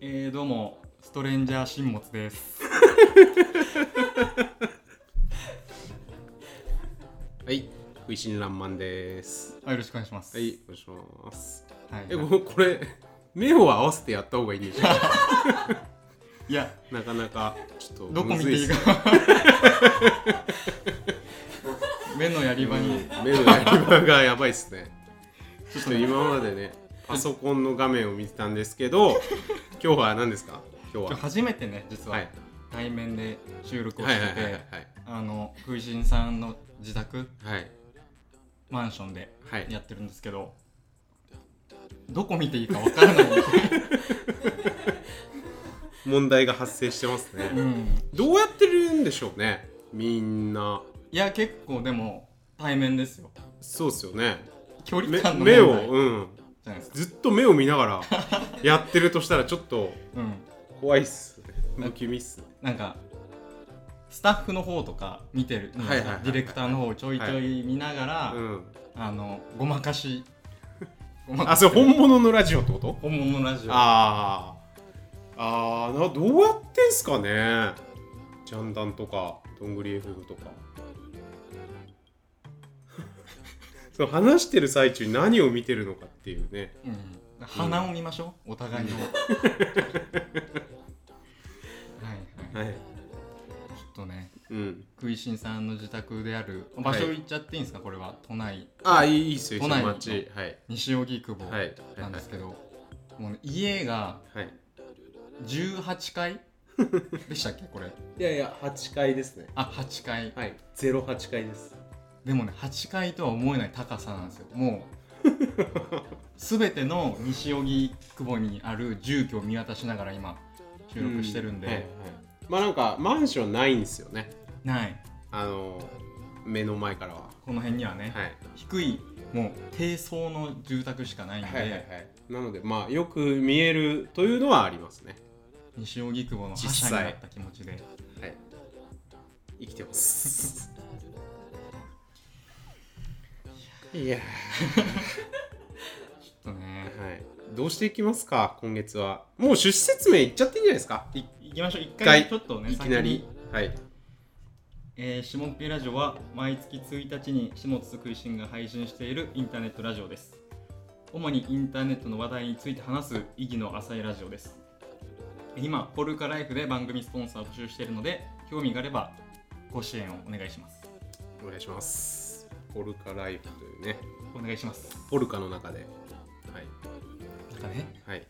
えー、どうもストレンジャー新物です。はい、食いしんらんまんです。あよろしくお願いします。はい、お願いします。はい。え、もうこれ、目を合わせてやった方がいいね。いや なかなか、ちょっと、どこ見ていいか。 目のやり場に うん目のやり場がやばいっすね。ちょっと今までね、パソコンの画面を見てたんですけど、今日は何ですか今日今日は。初めてね実ははい対面で収録をはしいはていはいて、あの空人さんの自宅はい。マンションではい。はい。やってるんですけど、どこ見ていいかわから ない。問題が発生してますね。うん。どうやってるんでしょうねみんな。いや結構でも対面ですよ。そうっすよね。距離め感の目を、問題うん。じゃないですか。ずっと目を見なが らやってるとしたらちょっとうん。怖いっすね。不気味っすね。なんかスタッフの方とか見てる、はいはいはいはいディレクターの方をちょいちょい見ながら、うん。あのごまかしごまあ、かそしれ本物のラジオってこと本物のラジオああ。ああ、などうやってんすかねジャンダンとか、どんぐり FM と か。そう話してる最中に何を見てるのかっていうね。うん、鼻を見ましょう、お互いの はいはいはい。ちょっとねうん。食いしんさんの自宅である場所行っちゃっていいんですか、これは都内ああ、いいいいっすよ、都一内緒の町。はい。西荻窪はい。はいはなんいですけど、もうね、家がはい。 18階 でしたっけこれいやいや、8階ですね。あ8階はい。08階です。でもね8階とは思えない高さなんですよも う全ての西荻窪にある住居を見渡しながら今収録してるんで、うはいはいまあなんかマンションないんですよねないあの目の前からはこの辺にはね、はい低いもう低層の住宅しかないんで、いなのでまあよく見えるというのはありますね西荻窪の覇者になった気持ちではい生きてますいやちょっとねーはいどうしていきますか今月はもう趣旨説明いっちゃっていいんじゃないですかい行きましょう一一回回ちょっとねいきなり先にはいえー、下っぴラジオは毎月1日に下津食いしんが配信しているインターネットラジオです主にインターネットの話題について話す意義の浅いラジオです今ポルカライフで番組スポンサーを募集しているので興味があればご支援をお願いしますお願いしますポルカライフというねお願いしますポルカの中ではいなんかねはい、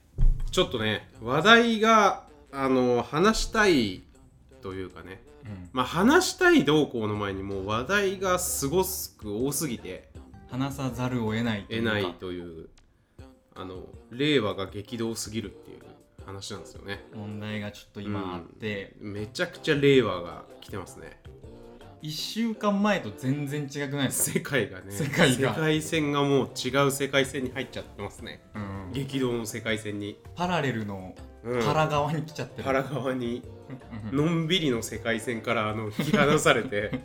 ちょっとね話題があの話したいというかね、うんまあ、話したい動向の前にもう話題がすごすく多すぎて話さざるを得ないとい得うかないというあの令和が激動すぎるっていう話なんですよね問題がちょっと今あって、めちゃくちゃ令和が来てますね一1週間前と全然違くないですか、世界がね世界が線がもう違う世界線に入っちゃってますねうん激動の世界線に、パラレルのうん腹側に来ちゃってる、腹側にうんのんびりの世界線からあの引き離されて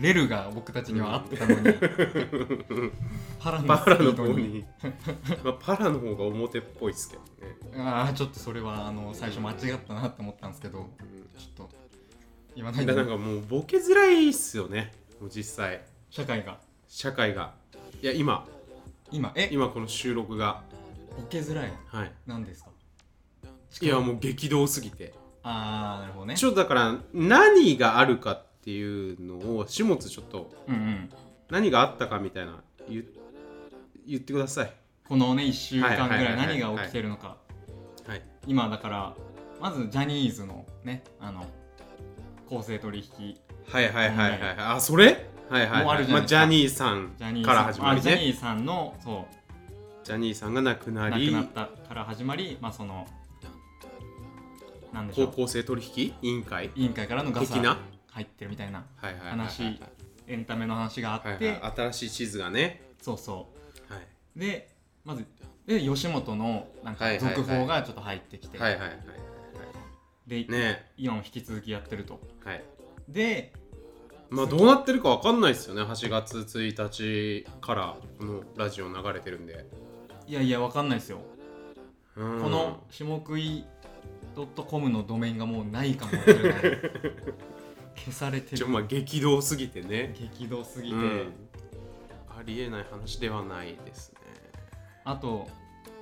レルが僕たちには合ってた のに、パラのパラスピの方ードに、 まあ、パラの方が表っぽいっすけどね、ああちょっとそれはあの最初間違ったなって思ったんですけどうんちょっと言わないだでからなんかもうボケづらいっすよねもう実際社会が社会がいや今今え今この収録がボケづらいはいなんですかいやもう激動すぎてああなるほどねちょっとだから何があるかっていうのを始末ちょっとうんうん何があったかみたいな言言ってくださいこのね1週間ぐらいはいはいはいは何いが起きてるのかはい今だからまずジャニーズのねあの公正取引はいはいはいはいはいあそれはいはい、もうあはるい、じゃないまあですジかャニーさんジャニーからさ始んまありジャニねーさんのそうジャニーさんが亡くな亡くりなったから始まり、まあ、その、なんでしょ高う、校生取引委員会委員会からのガ的サな、入ってるみたいな、はいはいはい話エンタメの話があはっいて、はい、新しい地図がね、そうそはう。で、まず、で吉本のなんはかいはいはい続報がちょっと入ってきて、い、はいはいはいはいはで、いねイオン引き続きやってると。えはいで、まあどうなってるかわかんないですよね8月1日からこのラジオ流れてるんで、いやいや、わかんないですよ。うんこの下食い .com のドメインがもうないかもしれな い消されてちょるまあ激動すぎてね、激動すぎうて、ん、ありえない話ではないですねあと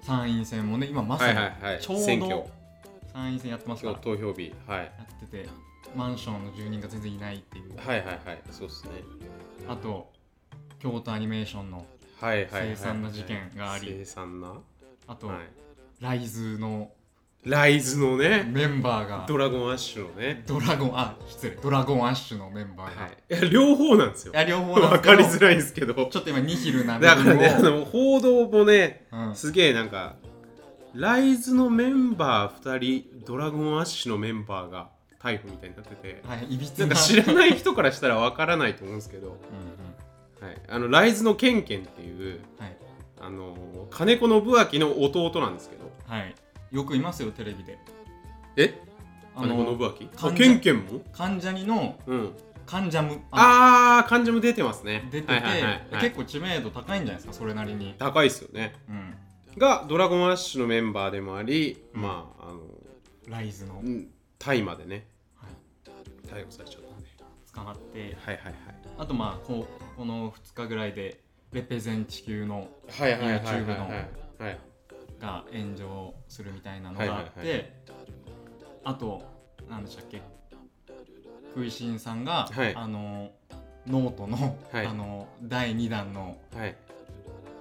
参院選もね今まさにはいちょうど選挙参院選やってますか今ら日投票日、はい、やっててマンションの住人が全然いないっていうはいはいはいそうですねあと京都アニメーションのはいはいはい、はい、凄惨な事件があり凄惨な、はあと、ライズのい、ライズのねメンバーがドラゴンアッシュのねドラゴンあ失礼ドラゴンアッシュのメンバーが、、はいい、いや両方なんですよや両方なんでわすけかどりづらいんですけどちょっと今ニヒルな部だから分を、ねあの報道もねうん、すげえなんかライズのメンバー2人ドラゴンアッシュのメンバーが逮捕みたいになっててはい、いびつなんか知らない人からしたらわからないと思うんですけど、うんうんはい、あのライズのケンケンっていうはい、あの金子信明の弟なんですけどはい、よくいますよテレビでえあ金の子信明あ患者ケンケンも関ジャニのうん関ジャムああー漢字も出てますね出てて、はいはいはいはい結構知名度高いんじゃないですかそれなりに、高いですよねうん、がドラゴンアッシュのメンバーでもあり、うんまああのライズの、うん大麻でねはい、逮捕されちゃったんで捕まってはいはいあとまあこうこの2日ぐらいで「レペゼン地球のはいはいはいはいはい YouTube のはいはい」が炎上するみたいなのはいがはあいって、はあと何でしたっけ食いしんさんが、はいあのノートの,、はいあの第2弾のはい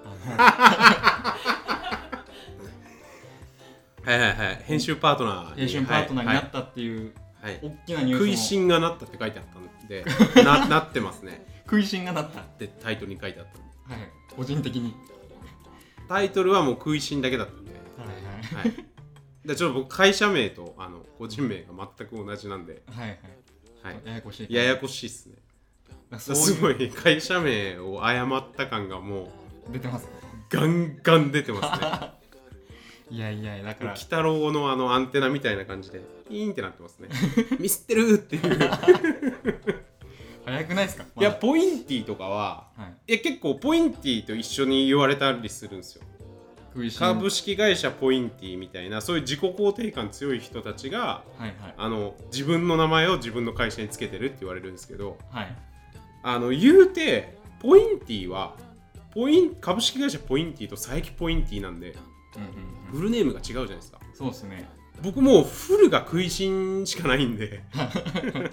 あはいはいはい編集パートナーのに編集パートナーにはいなったっていうはいはい大きなニュースも 食いしんがなったって書いてあったん でななってますね食いしんがなった、はい、でタイトルに書いてあったんで個人的に、タイトルはもう食いしんだけだったんではいはいはいでちょっと僕会社名とあの個人名が全く同じなんで、はいはい、はい、ややこしいややこしいっすねそすういうごい会社名を誤った感がもう出てますガンガン出てますねいやいやだかもうら鬼太郎のあのアンテナみたいな感じでピーンってなってますね ミスってるっていう早くないですか、いやポインティとかはまだはい、いや結構ポインティと一緒に言われたりするんですよ食いしん株式会社ポインティみたいなそういう自己肯定感強い人たちがはいはいあの自分の名前を自分の会社につけてるって言われるんですけどはいあの言うてポインティはポイン株式会社ポインティと佐伯ポインティなんでうんうんうんフルネームが違うじゃないですかそうですね僕もうフルが食いしんしかないんで はいはいはい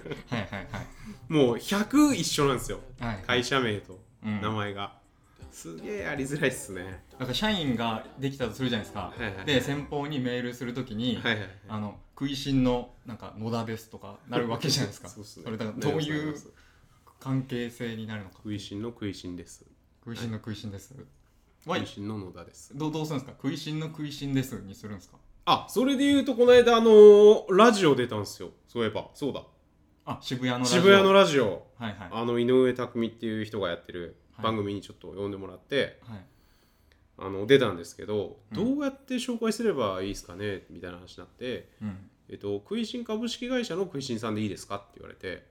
もう100一緒なんですよはい、会社名とうん名前が、すげえやりづらいっすねなんか社員ができたとするじゃないですか、はいはいで先方にメールするときに、はいはいあの食いしんのなんか野田ですとかなるわけじゃないですかそうっすねれだからどうなりいまうすなります関係性になるのか食いしんの食いしんです食いしんの食いしんです、は食いいしんの野田ですどうどうするんですか食いしんの食いしんですにするんですかあそれで言うとこの間あのーラジオ出たんですよそういえばそうだあ渋谷のラジオ渋谷のラジオはいはいあの井上匠っていう人がやってるはい番組にちょっと呼んでもらって、はいあの出たんですけど、うんどうやって紹介すればいいですかねみたいな話になって、うんえっと、食いしん株式会社の食いしんさんでいいですかって言われて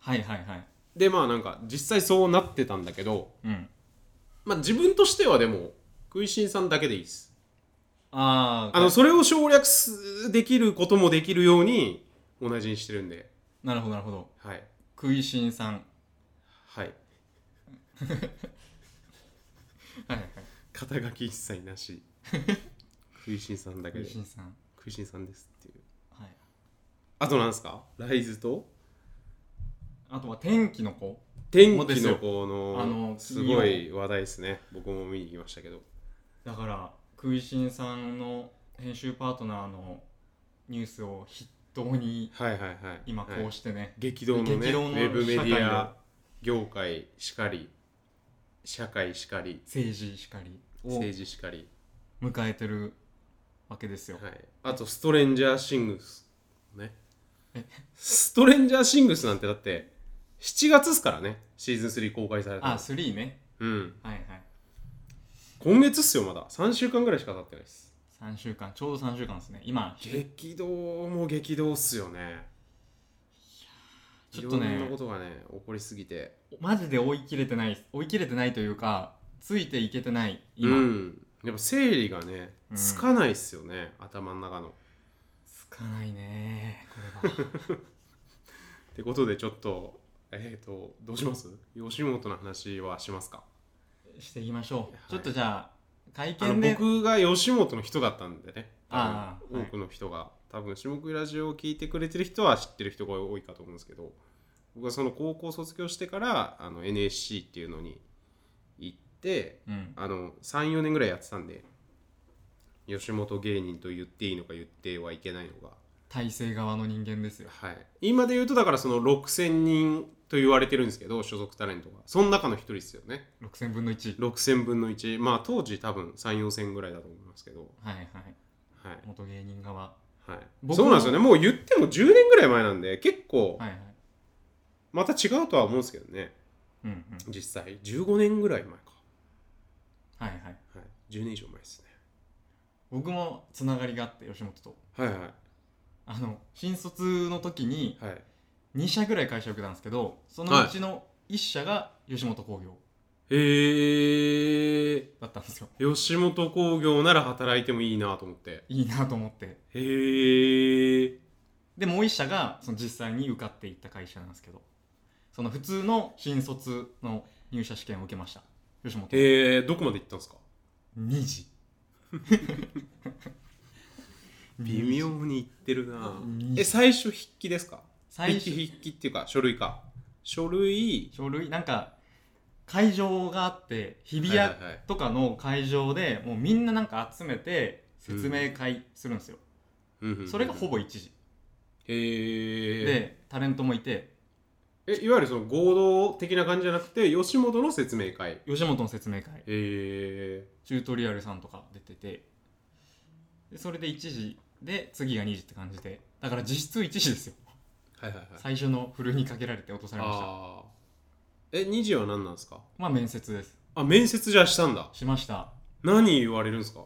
はいはいはいでまあなんか実際そうなってたんだけど、うんまあ、自分としてはでも食いしんさんだけでいいですあーあのそれを省略すできることもできるように同じにしてるんでなるほどなるほどはい食いしんさんはいはいはい肩書き一切な し食いしんさんだけ食でいしんさん食いしんさんですっていうはいあとなんですかライズとあとは天気の子天もで気すよのこのあのすごい話題ですね僕も見に行きましたけどだから食いしんさんの編集パートナーのニュースを筆頭にはいはいはい今こはういしてね、激動のね激動のウェブメデ社会ィをア業界しかり社会しかり政治しかりを政治しかり、迎えてるわけですよ、はい、あとストレンジャーシングスねえストレンジャーシングスなんてだって7月っすからねシーズン3公開されたあの3ねうんはいはい今月っすよまだ3週間ぐらいしか経ってないです3週間ちょうど3週間ですね今ち激動も激動っすよねょっといろんなねことがね起こりすぎてマジで追い切れてない追い切れてないというかついていけてない今、うんやっぱ整理がねうんつかないっすよね、頭の中のつつかないねこれはってことでちょっとえっ、とどうします吉本の話はしますかしていきましょう、はいちょっとじゃあ会あの見で僕が吉本の人だったんでね多分ああはい多くの人が、多分下食いラジオを聞いてくれてる人は知ってる人が多いかと思うんですけど僕はその高校卒業してからあの NSC っていうのに行ってうんあの34年ぐらいやってたんで吉本芸人と言っていいのか言ってはいけないのが体制側の人間ですよはい今で言うとだからその6000人と言われてるんですけど所属タレントがその中の一人ですよね6000分の1 6000分の1まあ当時多分34000ぐらいだと思いますけどはいはいはい元芸人側はい、僕そうなんですよねもう言っても10年ぐらい前なんで結構はいはいまた違うとは思うんですけどねうんうん実際15年ぐらい前か、はいはいはい、10年以上前ですね僕もつながりがあって吉本とはいはいあの新卒の時にはい2社ぐらい会社受けたんですけどそのうちの1社が吉本興業へえだったんですよ吉本興業なら働いてもいいなと思っていいなと思ってへえでもう1社がその実際に受かっていった会社なんですけどその普通の新卒の入社試験を受けました吉本2えー、どこまで行ったんですか時 微妙に行ってるなうんえ最初筆記ですか最筆記初筆記っていうか書類か書類書類なんか会場があって日比は谷いはいはいとかの会場でもうみんななんか集めて説明会するんですよ、うんうんうんそれがほぼ1時、へえでタレントもいてえいわゆるその合同的な感じじゃなくて吉本の説明会吉本の説明会えチュートリアルさんとか出ててでそれで1時で次が2時って感じでだから実質1時ですよー、はいはいはい最初のふるいにかけられて落とされましたああえ2時は何なんですかまあ面接ですあ面接じゃあしたんだしました何言われるんですか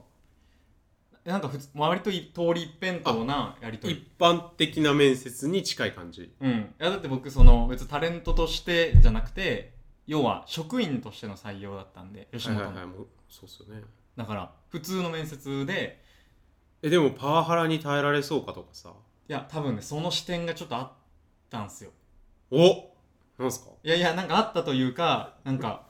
なんか普通割とい通り一辺倒なやり取一り般的な面接に近い感じうんいやだって僕その別にタレントとしてじゃなくて要は職員としての採用だったんで吉はい本はの、いはいもうそうっすよねだから普通の面接でえでもパワハラに耐えられそうかとかさいや多分ねその視点がちょっとあったんすよおなんすかいやいやなんかあったというかなんか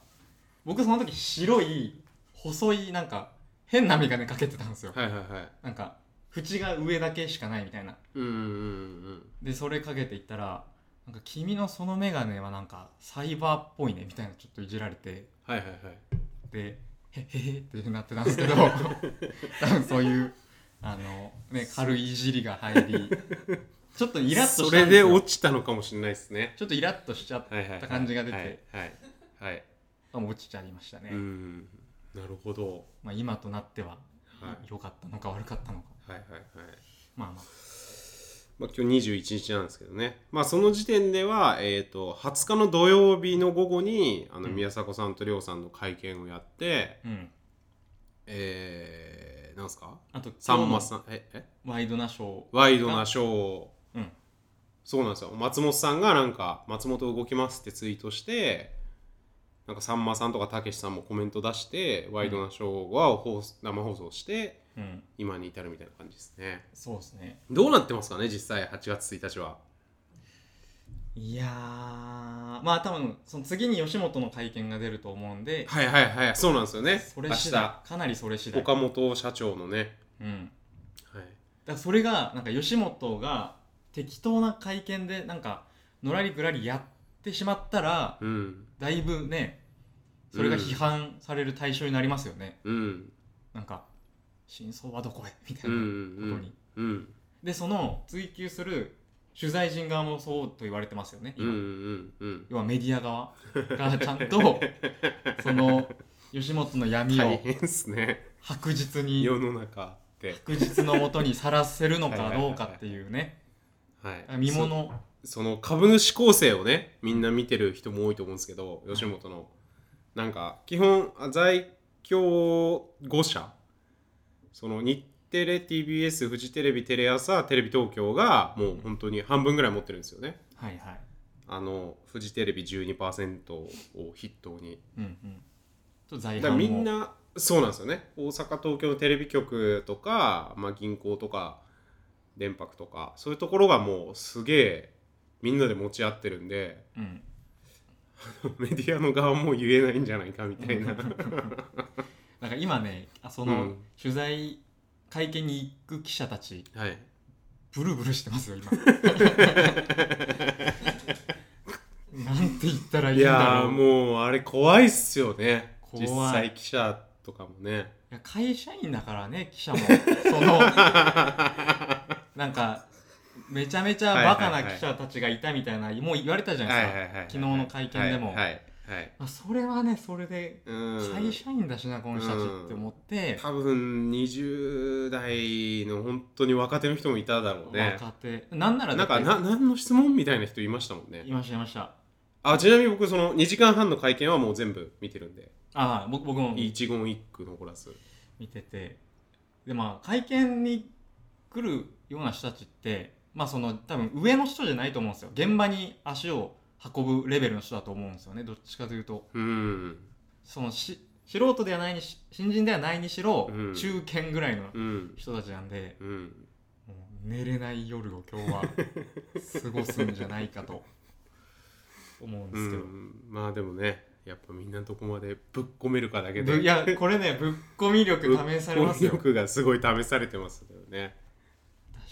僕その時白い細いなんか変な眼鏡かけてたんですよ、はいはいはいなんか縁が上だけしかないみたいなうんうんうんでそれかけていったら「なんか君のその眼鏡はなんかサイバーっぽいね」みたいなちょっといじられてはいはいはいで「へへへ」ってなってたんです けど多分そういうあの、ね、軽いいじりが入りちょっとイラッとしそたれんですでよ落ちたのかもしれないですねちょっとイラッとしちゃっはいはいはいた感じが出て、はいはい、はいあもう落ちちゃいましたね、うんなるほどまあ、今となってははい良かったのか悪かったのかはいはいはい、まあまあまあ、今日21日なんですけどね、まあ、その時点では、えー、と20日の土曜日の午後にあのうん宮迫さんと亮さんの会見をやって、うんえー、なんすかあとさんま今日さんええのワイドナショーワイドなショーをうんそうなんですよ松本さんがなんか「松本動きます」ってツイートしてなんかさんまさんとかたけしさんもコメント出してワイドなショーは放送生放送してうん今に至るみたいな感じですねそうですねどうなってますかね実際8月1日はいやーまあ多分その次に吉本の会見が出ると思うんで、はいはいはいそうなんですよねそれ次第かなりそれ次明日第岡本社長のね、うんだはい、からそれがなんか吉本が適当な会見でなんかのらりくらりやってしまったらうんだいぶねそれが批判される対象になりますよね、うんなんか真相はどこへみたういんな、うんうんでその追求する取材陣側もそうと言われてますよね、うんう今んうん要はメディア側がちゃん とその吉本の闇大を変っすね白日に世の中って白日のもとにさらせるのかどうかっていうねはい見ものそその株主構成をねみんな見てる人も多いと思うんですけど吉本のなんか基本あ在京5社その日テレ TBS フジテレビテレ朝テレビ東京がもう本当に半分ぐらい持ってるんですよねはいはいあのフジテレビ12%を筆頭にうんうんちょっと財だか団らもみんなそうなんですよね大阪東京のテレビ局とか、まあ、銀行とか電白とかそういうところがもうすげえみんなで持ち合ってるんでうん メディアの側も言えないんじゃないかみたい ななんか今ねあそうのん取材会見に行く記者たちはいブルブルしてますよ 今なんて言ったらいいいんだやろーうもうあれ怖いっすよね怖い実際記者とかもねいや会社員だからね記者もそ のなんかめちゃめちゃバカな記者たちがいたみたいな、もう言われたじゃないですか、昨日の会見でもはいはいはいまあ、それはねそれでうん会社員だしなこの人たちって思って、多分20代の本当に若手の人もいただろうね若手なんならだなんってかな何の質問みたいな人いましたもんねいましたいましたあちなみに僕その2時間半の会見はもう全部見てるんでああ僕僕も一言一句残らず見ててでまあ会見に来るような人たちってまあその多分上の人じゃないと思うんですよ現場に足を運ぶレベルの人だと思うんですよねどっちかというとうんそのし素人ではないにし新人ではないにしろ、うん中堅ぐらいのうん人たちなんで、うんもう寝れない夜を今日は過ごすんじゃないかと思うんうですけど、んまあでもねやっぱみんなどこまでぶっ込めるかだけぶでい やこれねぶっ込み力試されますよぶっ込み力がすごい試されてますよね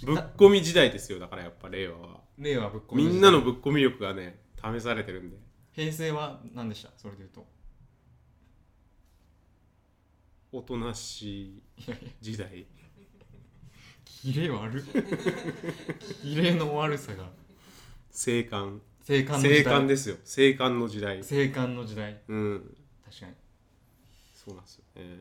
ぶっだ込み時代ですよだからやっぱ令和は令和ぶっ込みみ時代んなのぶっ込み力がね試されてるんで平成は何でしたそれで言うとおとなしいいやいや時代キレ悪いキレの悪さが 生還青函の時生還代ですよ生還の時代青函の時代うん確かにそうなんですよね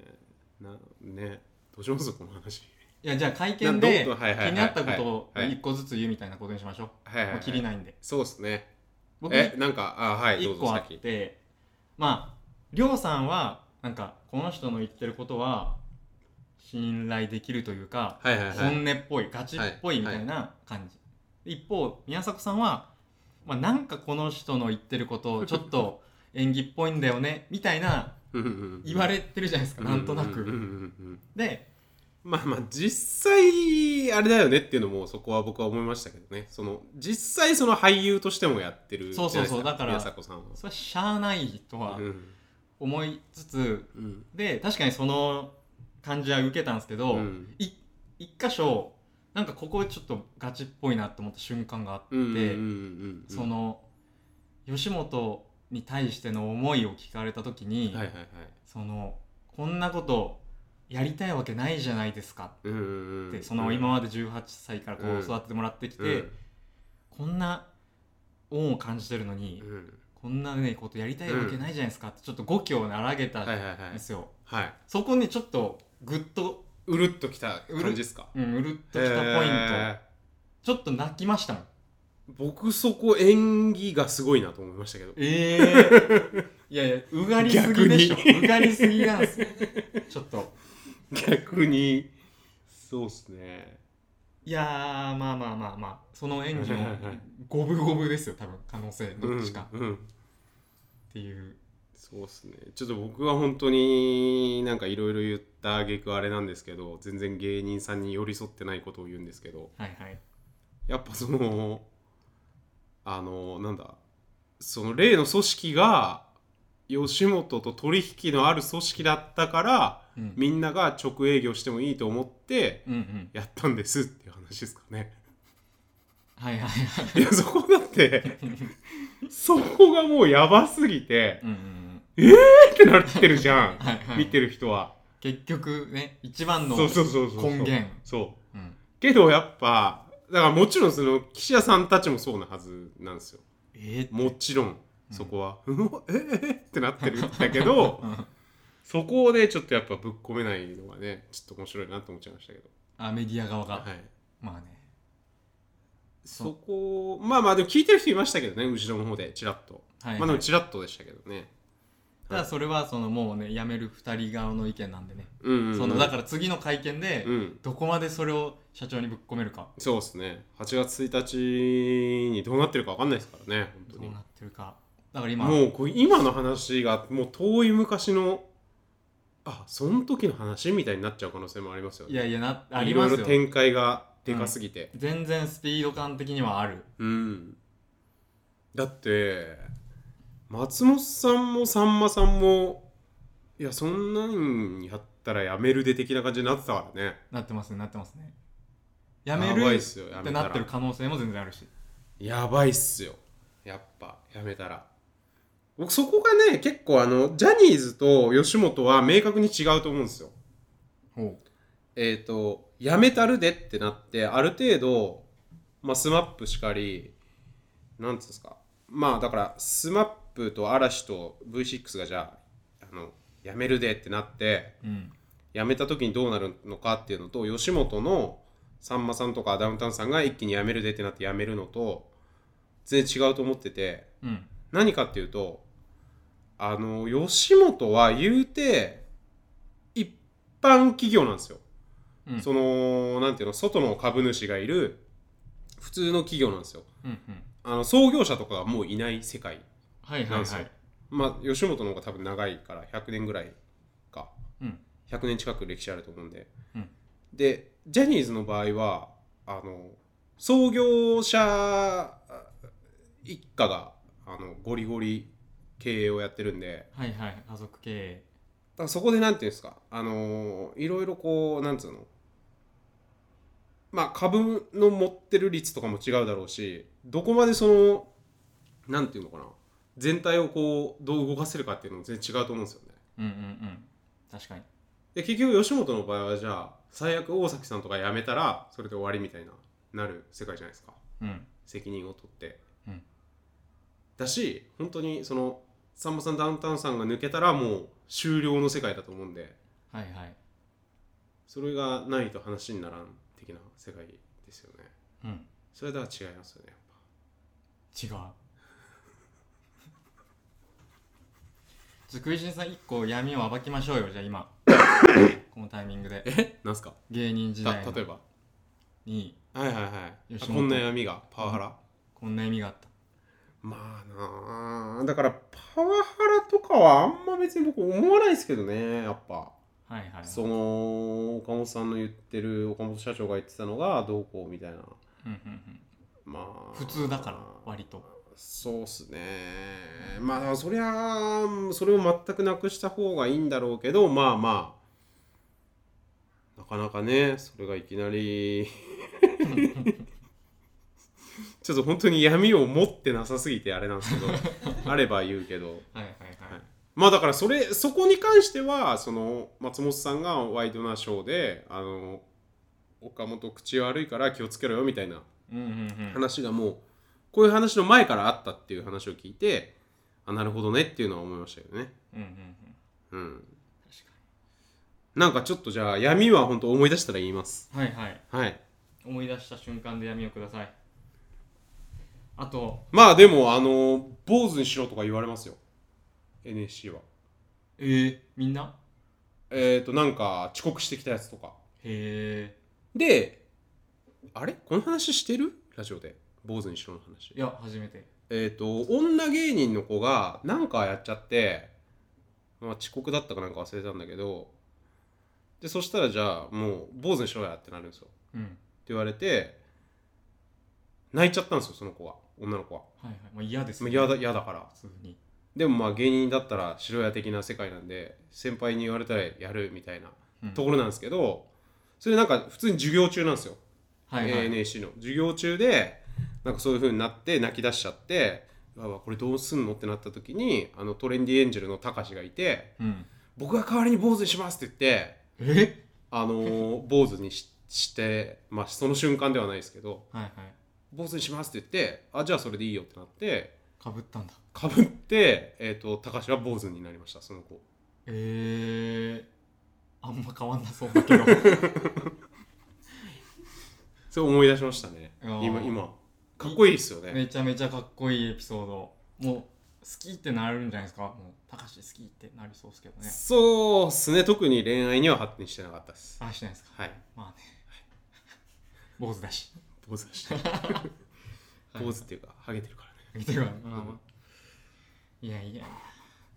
なねどうしますこの話いやじゃあ会見で気などうはいはいはいになったことをはい一個ずつ言うみたいなことにしましょうはいはい、もはう切りいないんでそうですね僕えなんかあはいどう一ぞ個あ先ってまあ亮さんはなんかこの人の言ってることは信頼できるというかはいはいはい本音っぽいガチっぽいみたいな感じ一方宮迫さんはまあなんかこの人の言ってること ちょっと演技っぽいんだよねみたいな言われれてるじゃないですかなんとなくでまあまあ実際あれだよねっていうのもそこは僕は思いましたけどねその実際その俳優としてもやってるそうそうそうじゃないですだから宮迫さんはそれはしゃあないとはうん思いつつうんで確かにその感じは受けたんですけど、うんい一箇所なんかここちょっとガチっぽいなと思った瞬間があって、うんうんうんうんその吉本に対しての思いを聞かれた時に、はいはいはいそのこんなことやりたいわけないじゃないですかうんうんっうてんその今まで18歳からこううん育ててもらってきて、うんこんな恩を感じてるのに、うんこんなねことやりたいわけないじゃないですかってちょっと語気を荒げたはいんはいはいですよ、はいそこにちょっとグッと、うるっときた感じですかうん、うるっときたポイント、へちょっと泣きましたもんー僕そこ演技がすごいなと思いましたけどええいやいや、うがりすぎでしょ。逆にうがりすぎなんですよ。ちょっと。逆にそうっすねいやー、まあまあまあまあ、その演技はいはもいはい五分五分ですよ、多分、可能性、どっちかうんうんっていう。そうっすねちょっと僕は本当になんかいろいろ言った挙句あれなんですけど全然芸人さんに寄り添ってないことを言うんですけどはいはい。やっぱそのあのなんだその例の組織が吉本と取引のある組織だったからうん、みんなが直営業してもいいと思ってうんうん。やったんですっていう話ですかね。はいはいはい。いやそこだってそこがもうやばすぎてうんうんうん。ってなってるじゃんはいはい。見てる人は。結局ね、一番のそうそうそうそうそう根源。そううんけどやっぱだからもちろんその記者さんたちもそうなはずなんですよえーもちろんうんそこは「うん、えええってなってるんだ けどうんそこをねちょっとやっぱぶっ込めないのがねちょっと面白いなと思っちゃいましたけど、あ、メディア側が。はい、まあね。そこまあまあでも聞いてる人いましたけどね後ろの方でチラッと、はい、はまあでいも。チラッとでしたけどねただそれはそのもうね、辞める二人側の意見なんでね。うんうんうん、そのだから次の会見で、うんどこまでそれを社長にぶっ込めるかそうですね8月1日にどうなってるか分かんないですからね本当どにうなってるかだから今もうこう今の話がもう遠い昔のあその時の話みたいになっちゃう可能性もありますよいね。やいやなあいりろまいすろよ展開がでかすぎて全然スピード感的にはあるうん、だって松本さんもさんまさんもいやそんなんやったらやめるで的な感じになってたからねなってますねなってますねやめるばいっっすよやてめたなってるら可能性も全然あるしやばいっすよやっぱやめたら僕そこがね結構あのジャニーズと吉本は明確に違うと思うんですよほえっ、と、やめたるでってなって、ある程度、まあ、スマップしかり、なんつうんですか、まあ、だから、スマップと嵐と V6 がじゃあ、あの、やめるでってなって、ううんやめた時にどうなるのかっていうのと、吉本のさんまさんとかダウンタウンさんが一気にやめるでってなってやめるのと、全然違うと思ってて、うん何かっていうとあの吉本は言うて一般企業なんですよ、うんそのなんていうの外の株主がいる普通の企業なんですようんうんあの創業者とかがもういない世界はいはないんですはよいまあ吉本の方が多分長いから100年ぐらいかうん100年近く歴史あると思うんで、うんでジャニーズの場合はあの創業者一家があのゴリゴリ経営をやってるんではいはい家族経営だからそこでなんていうんですかあのいろいろこうなんつうのまあ株の持ってる率とかも違うだろうしどこまでそのなんていうのかな全体をこうどう動かせるかっていうのも全然違うと思うんですよね。うんうんうん確かにで結局吉本の場合はじゃあ最悪大崎さんとか辞めたらそれで終わりみたいななる世界じゃないですかうん責任を取って、うんだし本当にそのさんまさんダウンタウンさんが抜けたらもう終了の世界だと思うんではいはいそれがないと話にならん的な世界ですよねうん それでは違いますよねやっぱ違うちょっと食いしんさん一個闇を暴きましょうよじゃあ 今このタイミングでえなんすか芸人時た代の例えばにはいはいはいあ吉本こんな闇がパワハラ、こんな意味があったまあなあだからパワハラとかはあんま別に僕思わないですけどねやっぱはいはいはいその岡本さんの言ってる岡本社長が言ってたのがどうこうみたいなうんうんうんまあ普通だから割とそうっすねまあそりゃそれを全くなくした方がいいんだろうけどまあまあなかなかねそれがいきなり ちょっと本当に闇を持ってなさすぎてあれなんですけどあれば言うけどはいはいははいいまあだからそれそこに関してはその松本さんがワイドナショーであの岡本口悪いから気をつけろよみたいなうんうんうん話がもうこういう話の前からあったっていう話を聞いてあなるほどねっていうのは思いましたけどねうんうんうんうん確かなんかちょっとじゃあ闇は本当思い出したら言いますにはいはいはい思い出した瞬間で闇をくださいあとまあでもあの坊主にしろとか言われますよ NSC はえー、みんなえっ、ー、となんか遅刻してきたやつとかへであれこの話してるラジオで坊主にしろの話えいや初めてえっ、と女芸人の子がなんかやっちゃって、まあ、遅刻だったかなんか忘れたんだけどでそしたらじゃあもう坊主にしろやってなるんですよってうん言われて泣いちゃったんですよその子は女の子ははいはいまあ嫌ですもうね嫌だ嫌だから普通にでもまあ芸人だったら白屋的な世界なんで先輩に言われたらやるみたいなうんところなんですけどそれなんか普通に授業中なんですよはいはい ANAC の授業中でなんかそういう風になって泣き出しちゃってうわうわこれどうすんのってなった時にあのトレンディエンジェルのたかしがいてうん「僕が代わりに坊主にします」って言って、えあの ー坊主にしして、まあ、その瞬間ではないですけどはいはい「坊主にします」って言って「あじゃあそれでいいよ」ってなってかぶったんだかぶって、えー、とたかしは坊主になりましたその子えー、あんま変わんなそうだ けどそれ思い出しましたねあー今今かっこいいですよねめちゃめちゃかっこいいエピソードもう好きってなるんじゃないですかもうたかし好きってなりそうですけどねそうっすね特に恋愛には発展してなかったですあしてないですかはいまあね坊主だし坊主 だし坊主っていうかハゲてるからね見てごらんいやいや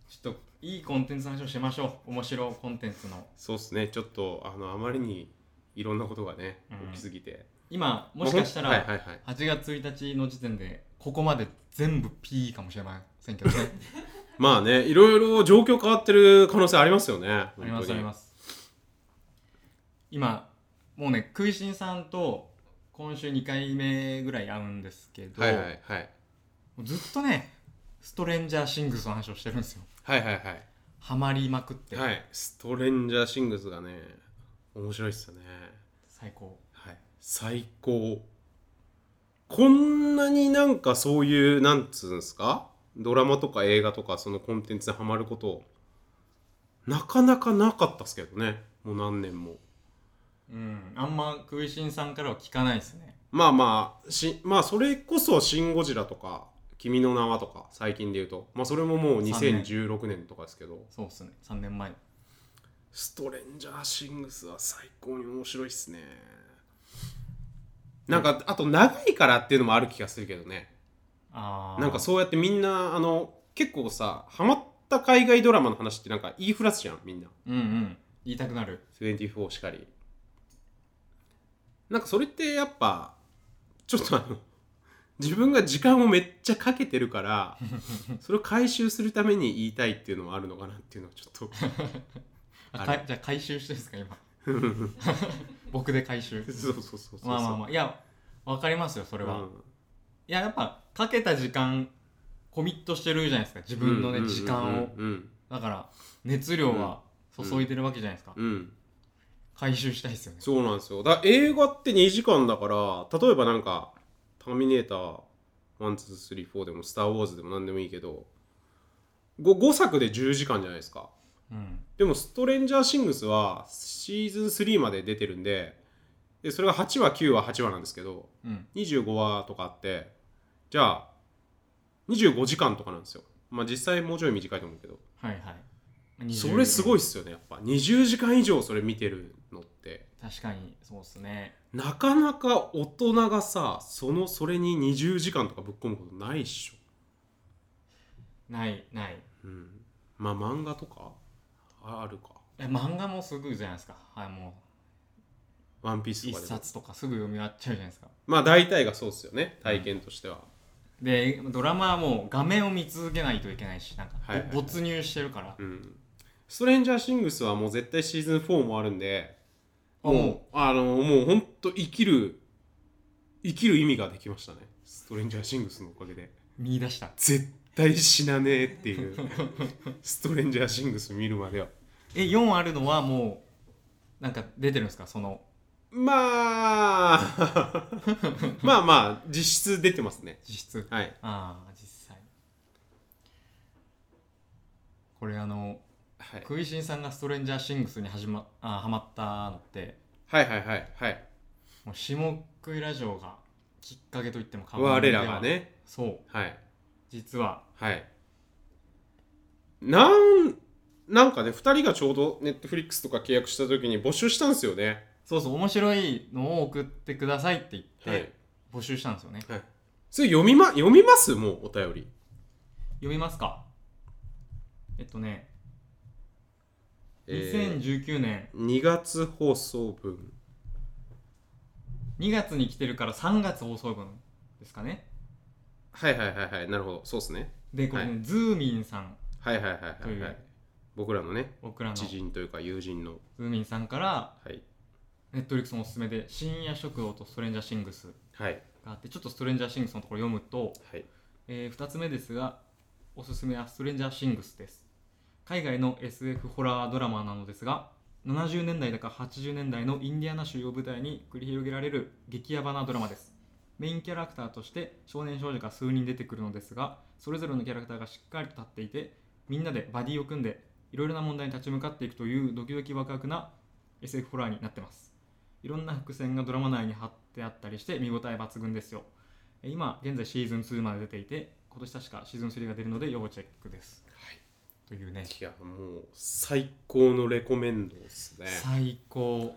ちょっといいコンテンツの話をしましょう面白コンテンツのそうっすねちょっとあのあまりにいろんなことがねうん起きすぎて、今もしかしたら、はいはいはい、 8月1日の時点でここまで全部 P かもしれません けどねまあねいろいろ状況変わってる可能性ありますよねありますありますす今もうね食いしんさんと今週2回目ぐらい会うんですけど、はいはいはいもうずっとねストレンジャーシングスの話をしてるんですよはいはいはいハマりまくって、はい、ストレンジャーシングスがね面白いっすよね、最高はい、最高こんなになんかそういうなんつうんですかドラマとか映画とかそのコンテンツにはまることなかなかなかったっすけどねもう何年もうんあんま食いしんさんからは聞かないですねまあまあしまあそれこそ「シン・ゴジラ」とか「君の名は」とか最近で言うとまあそれももう2016年とかですけどそうっすね3年前ストレンジャーシングスは最高に面白いっすねなんかあと長いからっていうのもある気がするけどねああなんかそうやってみんなあの結構さハマった海外ドラマの話ってなんか言いふらすじゃんみんなうんうん言いたくなる24しかりなんかそれってやっぱちょっとあの自分が時間をめっちゃかけてるから それを回収するために言いたいっていうのもあるのかなっていうのはち ょっとああかれいじゃあ回収してるんですか 今僕で回収そうそうそうそうそうまあまあまあいやわかりますよそれは、ういんややっぱかけた時間コミットしてるじゃないですか自分のね、時間をうんうんだから熱量は注いでるわけじゃないですか、うんうん、うん回収したいですよねそうなんですよだから映画って2時間だから例えばなんか「ターミネーター1234」でも「スター・ウォーズ」でも何でもいいけど 5, 5作で10時間じゃないですかうんでも「ストレンジャー・シングス」はシーズン3まで出てるんででそれが8話9話8話なんですけどうん25話とかあってじゃあ25時間とかなんですよまあ実際もうちょい短いと思うけどはいはい20それすごいっすよねやっぱ20時間以上それ見てるのって確かにそうっすねなかなか大人がさそのそれに20時間とかぶっ込むことないっしないないょ、うん、まあ漫画とかああるかえ漫画もすぐじゃないですかはいも「ワンピーうスと一かでも冊とかすぐ読み終わっちゃうじゃないですかまあ大体がそうっすよね体験としては、でドラマはもう画面を見続けないといけないしなんか、はいはいぼ没入してるから、うんストレンジャーシングスはもう絶対シーズン4もあるんであももうあのもうほんと生きる生きる意味ができましたねストレンジャーシングスのおかげで見出した絶対死なねえっ ていうストレンジャーシングス見るまではえ4あるのはもうなんか出てるんですかそのまあ まあまあ実質出てますね実質はいああ実際これあのはいクイシンさんがストレンジャーシングスに始まあーハマったのってはいはいはいはいもう下食いラジオがきっかけといっても過言我でらはがねそうはい実ははいなんなんかね2人がちょうどネットフリックスとか契約した時に募集したんですよねそうそう面白いのを送ってくださいって言って、はい募集したんですよねはいそれ読みま読みますもうお便り読みますかえっとね、えー2019年2月放送分2月に来てるから3月放送分ですかねはいはいはいはいなるほどそうですねでこれね、はズーミンさんはいはいはいとはいい、はうい、僕らのね僕らの知ズ人というか友人のーミンさんからはいネットリックスのおすすめで「深夜食堂とストレンジャーシングス」はいがあってちょっとストレンジャーシングスのところ読むと、はいえ2つ目ですがおすすめはストレンジャーシングスです海外の SF ホラードラマなのですが70年代だか80年代のインディアナ州を舞台に繰り広げられる激ヤバなドラマですメインキャラクターとして少年少女が数人出てくるのですがそれぞれのキャラクターがしっかりと立っていてみんなでバディを組んでいろいろな問題に立ち向かっていくというドキドキワクワクな SF ホラーになってますいろんな伏線がドラマ内に貼ってあったりして見応え抜群ですよえー今現在シーズン2まで出ていて今年確かシーズン3が出るので要チェックです、はいというねいやもう最高のレコメンドですね最高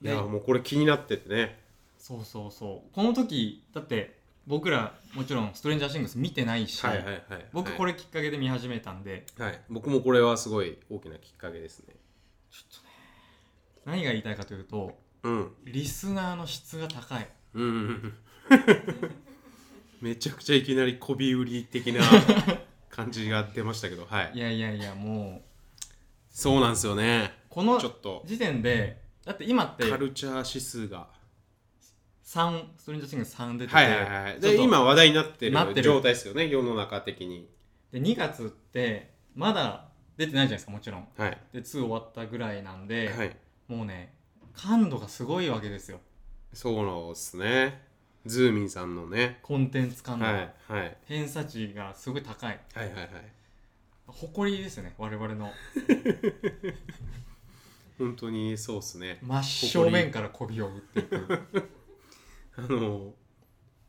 いでやもうこれ気になっててねそうそうそうこの時だって僕らもちろん「ストレンジャーシングス」見てないし、はいはいはい僕これきっかけで見始めたんで、れはい僕もこれはすごい大きなきっかけですね何が言いたいかというとうんリスナーの質が高いうんうんうんめちゃくちゃいきなり媚び売り的な感じが出ましたけどはいいやいやいやもそうなんですよねうこのちょっと時点でだって今ってカルチャー指数が3ストレンジャーシングス3出てて、はいはいはいちょっでと今話題になってなってるる状態ですよね世の中的にで2月ってまだ出てないじゃないですかもちろんはいで2終わったぐらいなんで、はいもうね感度がすごいわけですよそうなんですねズーミンさんのねコンテンツ感度、はいはい偏差値がすごい高いはいはいはい誇りですね我々の本当にそうですね真正面から媚びを打ってい くあの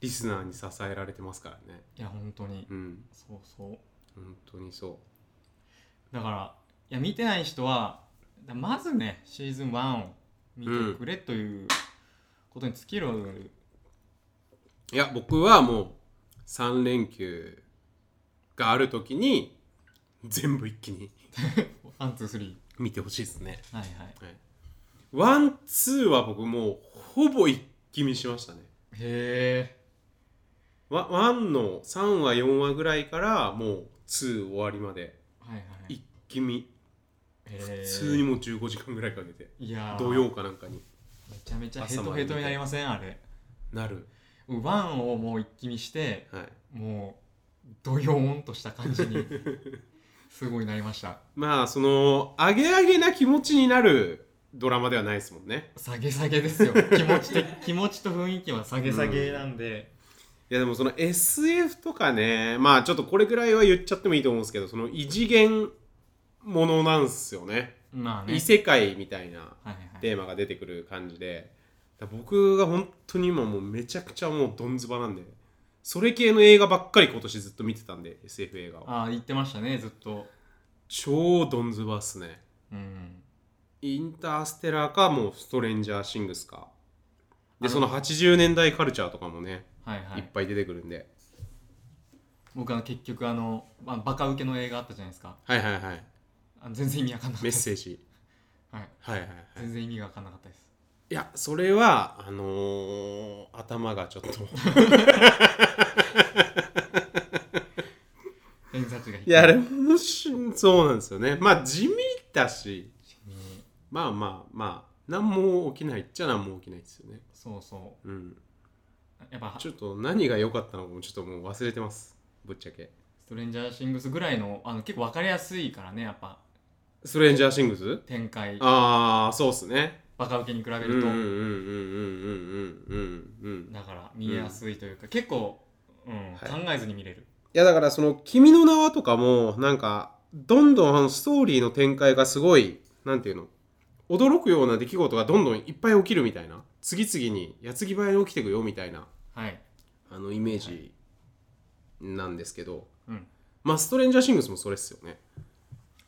リスナーに支えられてますからねいや本当にうんそうそう本当にそだからいや見てない人はだまずねシーズン1を見てくれということに尽きる、ういや僕はもう3連休がある時に全部一気にワンツースリ見てほしいですねーはいはいワンツーは僕もうほぼ一気見しましたねへワワンの3話4話ぐらいからもう2終わりまでえはいはい一気見へ普ー通にもう15時間ぐらいかけていやー土曜かなんかにめちゃめちゃヘトヘトになりませんあれなるワンをもう一気見してはいもうドヨーンとした感じにすごいなりましたまあそのアゲアゲな気持ちになるドラマではないですもんね下げ下げですよ気持ち的気持ちと雰囲気は下げ下げなんで、いやでもその SF とかねまあちょっとこれぐらいは言っちゃってもいいと思うんですけどその異次元ものなんすよねまあね異世界みたいなはいはいテーマが出てくる感じでだから僕が本当に今もうめちゃくちゃもうどんずばなんでそれ系の映画ばっかり今年ずっと見てたんで SF 映画をああ言ってましたねずっと超どんずばっすねうんインターステラーかもうストレンジャーシングスかあのでその80年代カルチャーとかもね、はいはいい、っぱい出てくるんで僕あの結局あの、まあ、バカ受けの映画あったじゃないですかはいはいはいあの全然意味わかんなかったメッですセージはい はいはいはい全然意味がわかんなかったですいやそれはあのー頭がち ょっと偏差値が低いやあれもしそうなんですよねまあ地味だしうんまあまあまあ何も起きないっちゃ何も起きないですよねそうそうんうやっぱちょっと何が良かったのかもちょっともう忘れてますぶっちゃけストレンジャーシングスぐらいのあの結構わかりやすいからねやっぱストレンジャーシングス展開ああそうっすねバカ受けに比べうんうんるうと、んうんうんうんうんうんだから見えやすいというか、結構、うんはい考えずに見れるいやだからその「君の名は」とかもなんかどんどんあのストーリーの展開がすごいなんていうの驚くような出来事がどんどんいっぱい起きるみたいな次々に矢継ぎ早に起きてくよみたいなはい、あのイメージなんですけど、うん、まあストレンジャーシングスもそれっすよね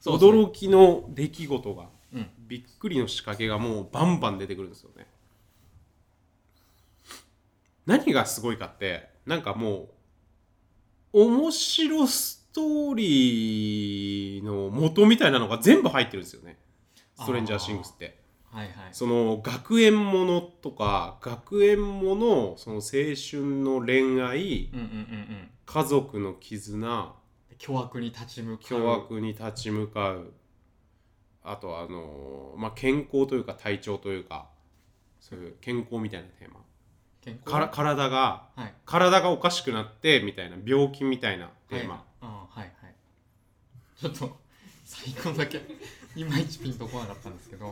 そうですね驚きの出来事がうんびっくりの仕掛けがもうバンバン出てくるんですよね何がすごいかってなんかもう面白ストーリーの元みたいなのが全部入ってるんですよねストレンジャーシングスってはいはいその学園ものとか学園ものその青春のうん恋愛うんうんうん家族の絆巨悪に立ち向かう凶悪に立ち向かうあとはあのーまあ、健康というか体調というかそういう健康みたいなテーマ健康から体がはい体がおかしくなってみたいな病気みたいなテーマ、はいあーはいはいちょっと最高だけ いまいちピンとこなかったんですけど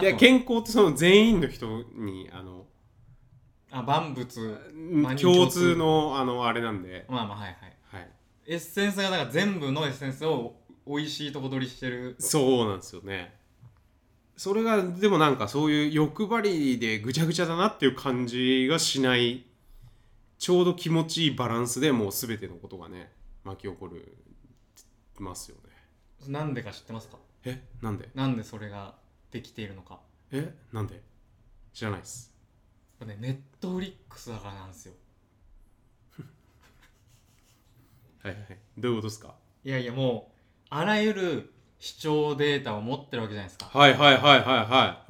い、やあと健康ってその全員の人にあのあ万物万人共共通通のあのあれなんで、まあまあはいはいはい、エッセンスがだから全部のエッセンスを美味しいとこ取りしてるそうなんですよねそれがでもなんかそういう欲張りでぐちゃぐちゃだなっていう感じがしないちょうど気持ちいいバランスでもう全てのことがね巻き起こるますよねなんでか知ってますかえなんでなんでそれができているのかえなんで知らないっすやっぱねネットフリックスだからなんですよはいはいどういうことですかいやいやもう あらゆる視聴データを持ってるわけじゃないですかはいはいはいはいはいあ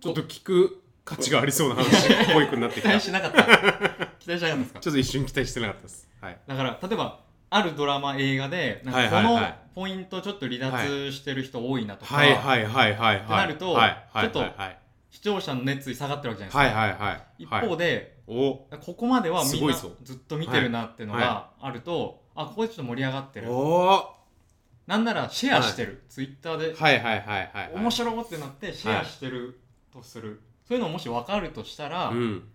ちょっと聞く価値がありそうな話っぽいくなって期きた 待ちしなかった。期待しなかったんですかょっと一瞬期待してなかったですはいだから、例えば、あるドラマ、映画で、なんかはこいはいのはいポイントちょっと離脱してる人多いなとか、はいはいはいはいはいなるとはいはちいょっとはいはい視聴者の熱意下がってるわけじゃないはいですか。はいはい一はい方で、おここまではみすんごないぞずっと見てるなってのがあると、あ、ここでちょっと盛り上がってる。おなんならシェアしてる。ツイッターではいはいはいはい面白白いってなってシェアしてるとする、そういうのもし分かるとしたら、うん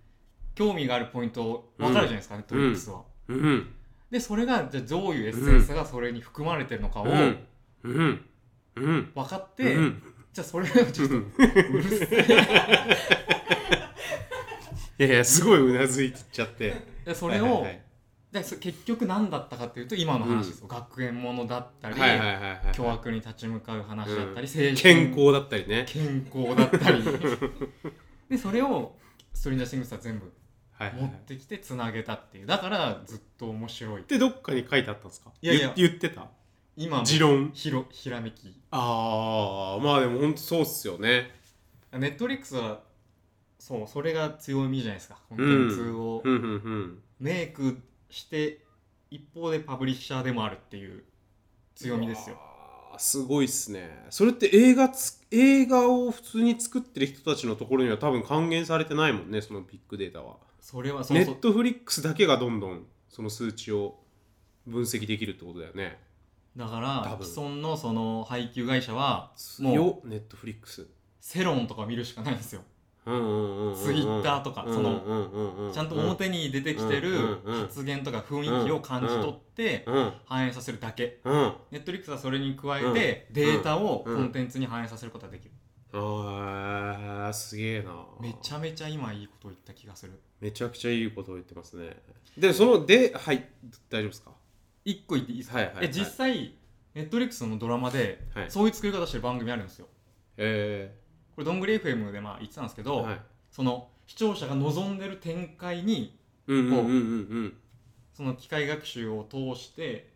興味があるポイント分かるじゃないですか、ネットフリックスは。うんでそれがじゃあどういうエッセンスがそれに含まれてるのかをう分んうんうんかって、うんじゃあそれをちょっとうるせえいやいやすごいうなずいちゃってでそれを、はいはいでそ結局何だったかっていうと今の話ですよ、学園ものだったり、はいはいはいはい巨悪に立ち向かう話だったり、健青康だったりね春健康だ ったりでそれをストリンジャーシングスは全部はいはい持はっいてきてつなげたっていうだからずっと面白いでどっかに書いてあったんですかいやいや言言ってた今も持論ひろひらめきああまあでも本当そうっすよねネットリックスはそうそれが強みじゃないですかコンテンツをうんうんうんメイクして一方でパブリッシャーでもあるっていう強みですよあーすごいっすねそれって映画つ映画を普通に作ってる人たちのところには多分還元されてないもんねそのビッグデータはそれはそうネそッうトフリックスだけがどんどんその数値を分析できるってことだよねだか多ら分既存のその配給会社は強ネットフリックスセロンとか見るしかないんですようんうんうんうんうん Twitter とかそのうんうんううちゃんと表に出てきてうんるうんうん発言とか雰囲気を感じ取ってうん反映させるだけうんネットリックスはそれに加えてデータをコンテンツに反映させることができるあーすげえなめちゃめちゃ今いいこと言った気がするめちゃくちゃいいことを言ってますねでそのではい大丈夫ですか一個言っていいですか、はいはいはいえ実際ネットリックスのドラマで、はいそういう作り方してる番組あるんですよえこれどんぐり FM でまあ言ってたんですけーど、はいその視聴者が望んでる展開にうんうんうんうんその機械学習を通して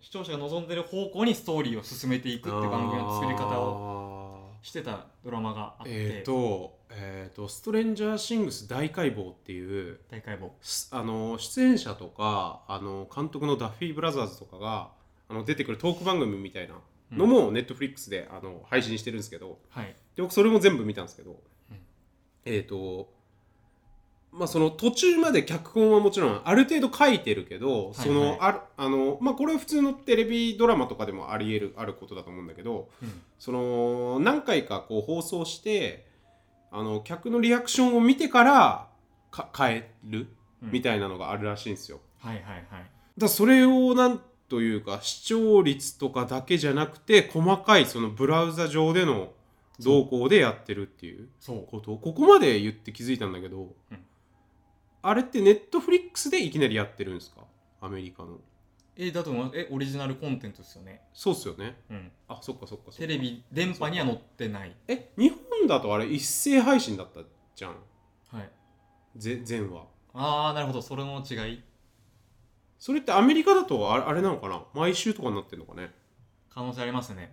視聴者が望んでる方向にストーリーを進めていくっていう番組の作り方ををしてたドラマがあって、えっ、とえっ、と「ストレンジャーシングス大解剖」っていう大解剖すあの出演者とかあの監督のダッフィー・ブラザーズとかがあの出てくるトーク番組みたいなのもネットフリックスであの配信してるんですけどはいで僕それも全部見たんですけど、うんえっ、とまあその途中まで脚本はもちろんある程度書いてるけど、そはいはいのあるあのまあこれは普通のテレビドラマとかでもありえるあることだと思うんだけどうんその何回かこう放送してあの客のリアクションを見てからか変えるうんみたいなのがあるらしいんですよ。はいはいはいだからそれをなんというか視聴率とかだけじゃなくて細かいそのブラウザ上での動向でやってるっていうそうことをここまで言って気づいたんだけど、うんあれってネットフリックスでいきなりやってるんですかアメリカのえだと思いますえオリジナルコンテンツですよね、そうっすよねうん、あそっかそっかそっかテレビ電波には載ってないえ日本だとあれ一斉配信だったじゃんはいぜ前話ああなるほどそれの違いそれってアメリカだとあれあれなのかな毎週とかになってんのかね、可能性ありますね、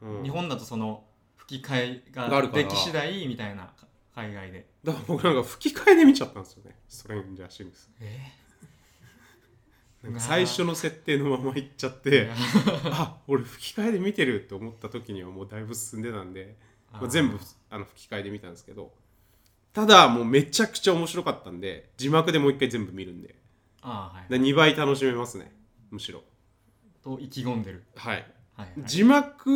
うん日本だとその吹き替えがあがるからでき次第みたいなか海外でだから僕なんか吹き替えで見ちゃったんですよねストレンジャーシングスえなんか最初の設定のまま行っちゃってあ俺吹き替えで見てると思った時にはもうだいぶ進んでたんでまあ、全部あの吹き替えで見たんですけどただもうめちゃくちゃ面白かったんで字幕でもう一回全部見るんであーはい2倍楽しめますねむしろと意気込んでるはいはい、はい、字幕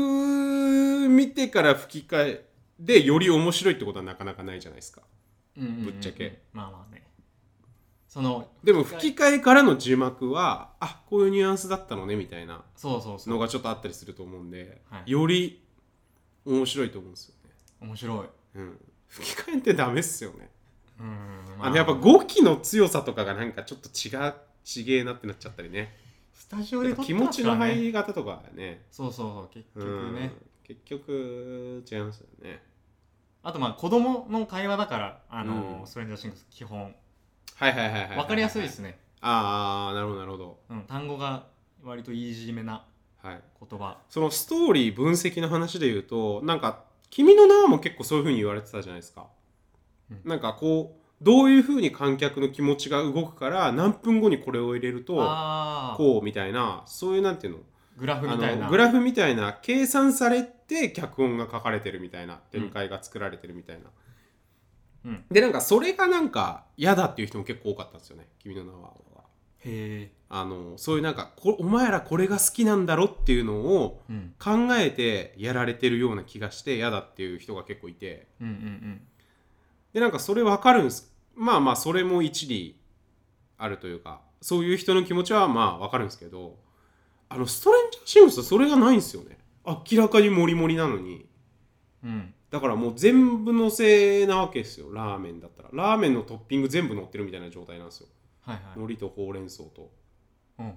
見てから吹き替えでより面白いってことはなかなかないじゃないですかうんうんうんぶっちゃけまあまあねそのでも吹き替えからの字幕はあこういうニュアンスだったのねみたいなそうそうそのうがちょっとあったりすると思うんで、はいより面白いと思うんですよね、面白いうん、吹き替えってダメっすよねうんうん、あのやっぱ語気の強さとかがなんかちょっと違うちげえなってなっちゃったりねスタジオやでっ撮ぱっ気て持ますちからのね入り方とかねそうそうそう結う局んね、結局違いますよねあとまあ子供の会話だからあのーうんストレンジャーシングス基本はいはいはいはいわかりやすいですね、ああなるほどなるほどうん、単語が割とイージーめなはい言葉そのストーリー分析の話で言うとなんか君の名はも結構そういう風に言われてたじゃないですか、うんなんかこうどういう風に観客の気持ちが動くから何分後にこれを入れるとあーこうみたいなそういうなんていうのグラフあみたいなのグラフみたいな計算されて脚本が書かれてるみたいな展開が作られてるみたいうな、んでなんかそれがなんか嫌だっていう人も結構多かったんですよね「君の名は」はへえ、あのそういうなんかこお前らこれが好きなんだろっていうのをうん、考えてやられてるような気がして嫌だっていう人が結構いてうんうんでなんかそれわかるんですまあまあそれも一理あるというかそういう人の気持ちはまあわかるんですけどあのストレンジャーシングスはそれがないんですよね明らかにモリモリなのにうんうんだからもう全部のせなわけですよラーメンだったらラーメンのトッピング全部乗ってるみたいな状態なんですよはいは海苔とほうれん草とい、うん、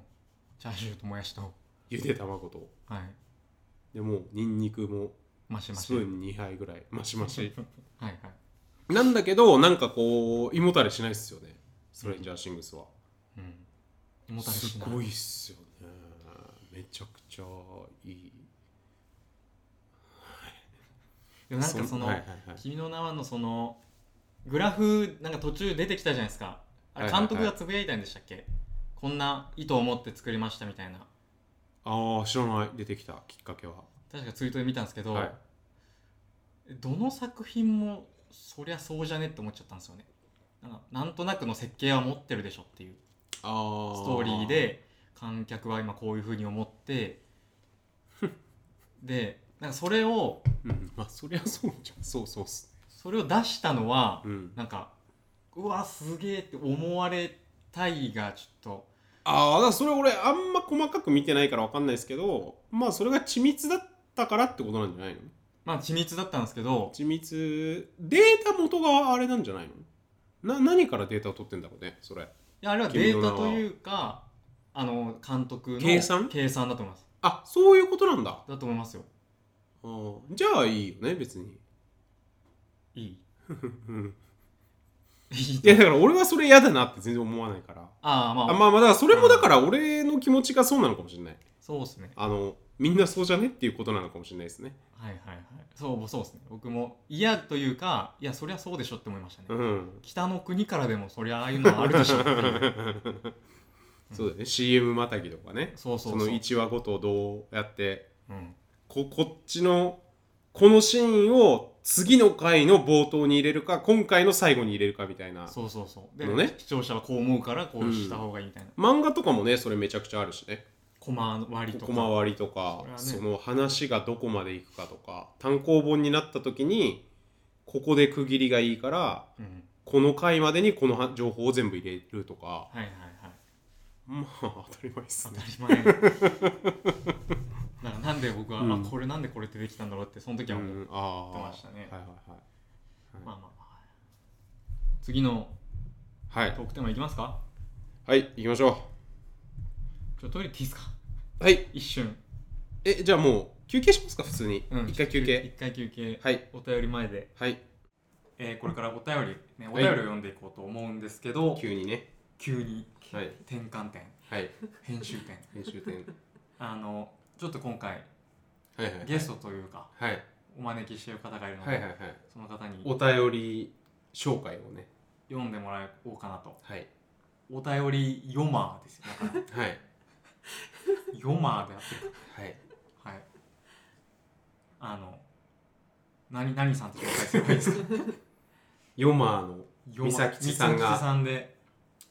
チャーシューともやしとゆで卵とはいでもうニンニクもマシマスシプーン2杯ぐらいマシマシはいはいなんだけどなんかこう胃もたれしないっすよねストレンジャーシングスは、うん胃もたれすしないごいっすよねめちゃくちゃいいでもなんかそのはいはいはい君の名はのそのグラフなんか途中出てきたじゃないですかあれはいはいは監い督がつぶやいたんでしたっけ、こんな意図を持って作りましたみたいなああ知らない出てきたきっかけは確かツイートで見たんですけど、はいどの作品もそりゃそうじゃねって思っちゃったんですよねなんかなんとなくの設計は持ってるでしょっていうあーストーリーで観客は今こういうふうに思ってでなんかそれをうんまあそりゃそうじゃんそうそうっすそれを出したのは、ねうんなんかうわすげえって思われたいがちょっああだからそれ俺あんま細かく見てないからわかんないですけどまあそれが緻密だったからってことなんじゃないのとまあ緻密だったんですけど緻密データ元があれなんじゃないのな何からデータを取ってんだろうねそれいやあれはデータというかあの監督の計算計算だと思いますあそういうことなんだあだと思いますよーじゃあいいよね別に いいうんいいいやだから俺はそれ嫌だなって全然思わないからああまああまあまあだからそれもだから俺の気持ちがそうなのかもしれないそうですねあのみんなそうじゃねっていうことなのかもしれないですねはいはいはいそうそうですね僕も嫌というかいやそりゃそうでしょって思いましたね、うん北の国からでもそりゃああいうのはあるでしょっていう そうだね CM またぎとかねそうそうそそうの1話ごとをどうやってうん、ここっちのこのシーンを次の回の冒頭に入れるか今回の最後に入れるかみたいなそうそうそうで、のね視聴者はこう思うからこうした方がいいみたいな、漫画とかもねそれめちゃくちゃあるしねコマ割りとか小回りとかそそ,、れはねの話がどこまでいくかとか単行本になった時にここで区切りがいいからうん、この回までにこのは情報を全部入れるとかはいはいはいまあ当たり前です当ね たり前なんかなんで僕は、うんあこれなんでこれ出てきたんだろうってその時うは思う、んあー思ってましたねはいはいはいまあまあまあ次のはいトークテーマいきますかはい行きましょちょっとトイレ行っていいですかうはい一瞬、えじゃあもう休憩しますか普通に、うん一回休一憩回休憩、はいお便り前で、はいえーこれからお便り、ね、おはい便りを読んでいこうと思うんですけど、急にね急に、はい転換点はい編集点編集 点あのちょっと今回はいはいゲストというかはいお招きしている方がいるので、はいはいはいその方にお便り紹介をね読んでもらおうかなとはいお便り読まーですよだからはい読まーであってるはいはいあの何何さんと紹介すればいい ですかヨマーの読ま三崎さんが三崎さんで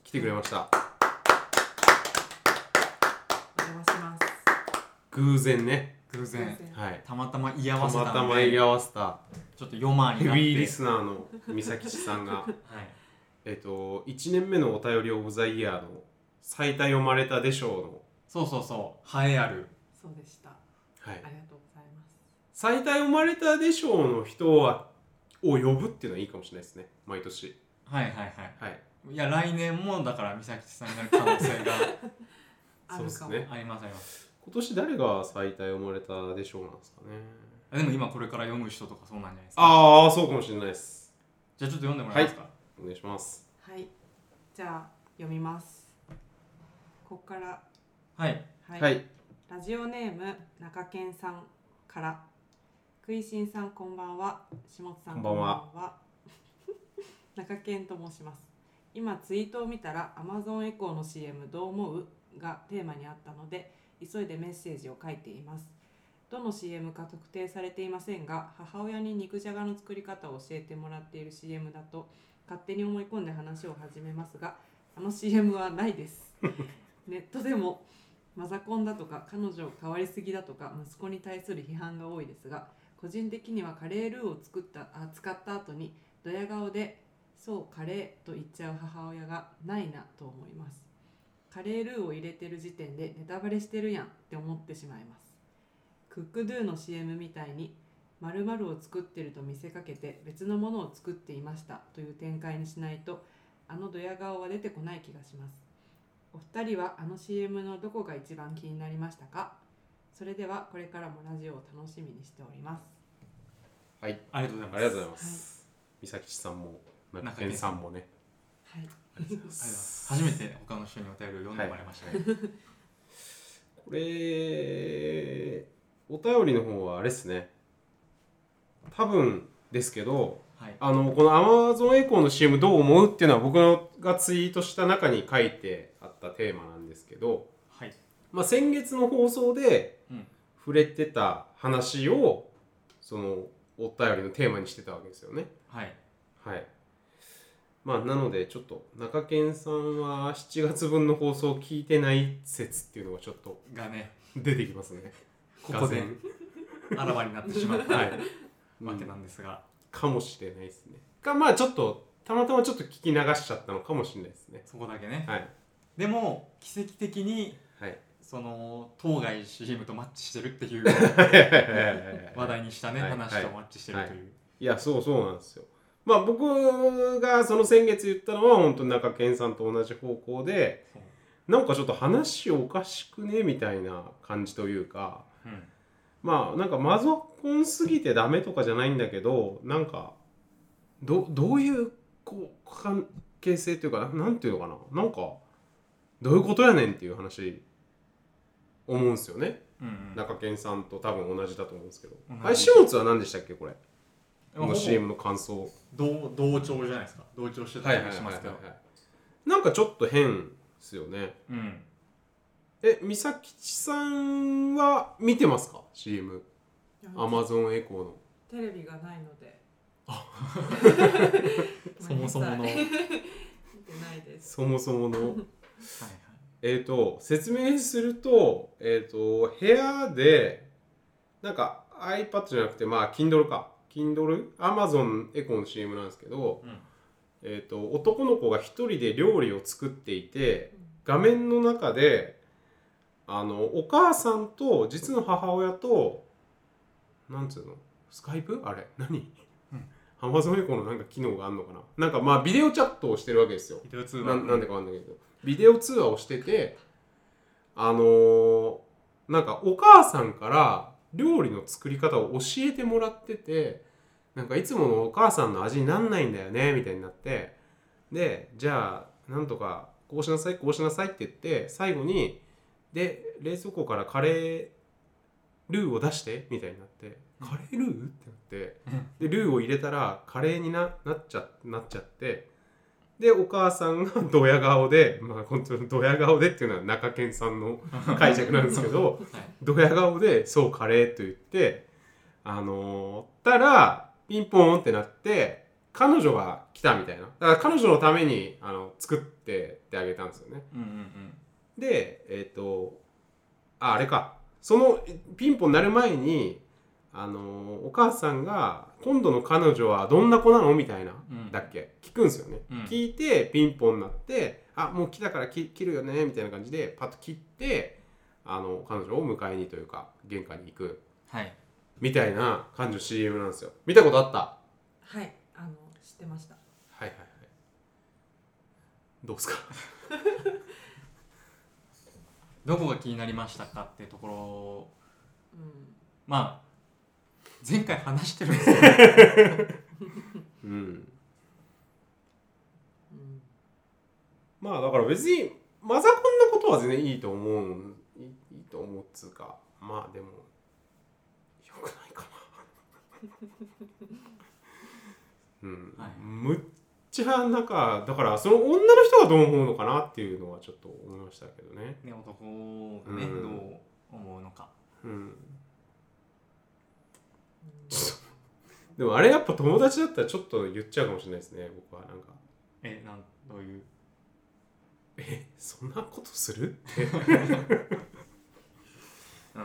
来てくれましたお邪魔します。偶然ね偶すいま然せんはいたまたま居た合わませたのでたま居合わせたちょっと読まーヘになってビーリスナーの三崎さ んがはいえっと1年目のお便りオブザイヤーの最多読まれたでしょうのそうそうそう栄えあるそうでした。あはいりがとうございます。最多読まれたでしょうの人はを呼ぶっていうのはいいかもしれないですね毎年はいはいはいはいいや来年もだから美咲さんになる可能性があそうるでかすも。ねありますあります今年誰が最多読まれたでしょうなんですかねでも今これから読む人とかそうなんじゃないですかああそうかもしれないですじゃあちょっと読んでもらえますか、お願いしますはい。じゃあ読みます。ここからはい、は、はいいはいラジオネーム中堅さんから。ク食いしんさんこんばんは下津さんこんばんはこんばんは 中堅と申します今ツイートを見たら Amazon エコーの CM どう思うがテーマにあったので急いでメッセージを書いていますどの CM か特定されていませんが母親に肉じゃがの作り方を教えてもらっている CM だと勝手に思い込んで話を始めますがあの CM はないです ネットでもマザコンだとか彼女変わりすぎだとか息子に対する批判が多いですが個人的にはカレールーを作ったあ使った後にドヤ顔で「そうカレー」と言っちゃう母親がないなと思いますカレールーを入れてる時点でネタバレしてるやんって思ってしまいますクックドゥの CM みたいに〇〇を作ってると見せかけて別のものを作っていましたという展開にしないとあのドヤ顔は出てこない気がしますお二人はあの CM のどこが一番気になりましたかそれではこれからもラジオを楽しみにしておりますはいありがとうございますありがとうございます美咲さんも中堅さんもねはい ありがとうございます初めて他の人にお便りを読んでもらいましたね、これお便りの方はあれですね多分ですけどはいあのこの Amazon エコーの CM どう思うっていうのは僕のがツイートした中に書いてあったテーマなんですけど、はい、まあ、先月の放送でうん、触れてた話をそのお便りのテーマにしてたわけですよね。はいはいまあ、なのでちょっと中堅さんは7月分の放送を聞いてない説っていうのがちょっとがね出てきますね。ここでがぜあらわになってしまっんた、 はい、わけなんですが、かもしれないですね。かまあちょっとたまたまちょっと聞き流しちゃったのかもしれないですね。そこだけね、はいでも奇跡的にはいその当該 CM とマッチしてるっていう 話題にしたね、はい話とマッチしてるという、いやそうそうなんですよまあ僕がその先月言ったのは本当に中堅さんと同じ方向でそうなんかちょっと話おかしくねみたいな感じというかうんまあなんかマゾコンすぎてダメとかじゃないんだけどなんかどどういうこう関係性というかななんていうのかななんかどういうことやねんっていう話思うんですよねうん中堅さんと多分同じだと思うんですけど同じあれ下津は何でしたっけこれうんこの CM の感想同同調じゃないですか同調してたりもしますけどなんかちょっと変ですよねうんえ美咲さんは見てますか CM アマゾンエコーのテレビがないので そもそものはごめいんなさい見てないですそもそものはいえっと説明するとえっ、と部屋でなんか iPad じゃなくてまあ Kindle か Kindle アマゾンエコーの CM なんですけど、うんえー、と男の子が一人で料理を作っていてうん画面の中であのお母さんと実の母親となんつうのスカイプあれ何うんアマゾンエコーのなんか機能があるのかななんかまあビデオチャットをしてるわけですよビデオ通な話なんでかわかんないけどビデオ通話をしててあのーなんかお母さんから料理の作り方を教えてもらっててなんかいつものお母さんの味になんないんだよねみたいになってでじゃあなんとかこうしなさいこうしなさいって言って最後にで冷蔵庫からカレールーを出してみたいになってうんカレールーってなってでルーを入れたらカレーにななっちゃなっちゃってでお母さんがドヤ顔で まあ本当にドヤ顔でっていうのは中堅さんの解釈なんですけどはいドヤ顔で「そうカレー」と言ってあのーたらピンポーンってなって彼女が来たみたいなだから彼女のためにあの作ってってあげたんですよねうんうんうんでえっ、とああれかそのえピンポン鳴る前にあのーお母さんが「今度の彼女はどんな子なの?」みたいな、うんだっけ聞くんですよね、うん聞いてピンポン鳴って「あもう来たから切切るよね」みたいな感じでパッと切ってあの彼女を迎えにというか玄関に行くはいみたいな感じの CM なんですよ見たことあったははいあの知ってましたいはいはいどうですかどこが気になりましたかっていうところうんまあ前回話してるんですけど うんうんまあだから別にマザコンのことは全然いいと思ういいいと思うっつうかまあでもよくないかうんはいむっちゃなんかだからその女の人がどう思うのかなっていうのはちょっと思いましたけどね、ね、男がね、うんどう思うのか。うん、でもあれやっぱ友達だったらちょっと言っちゃうかもしれないですね僕はなんかえ、なん、どういう。 「えそんなことする?」うん。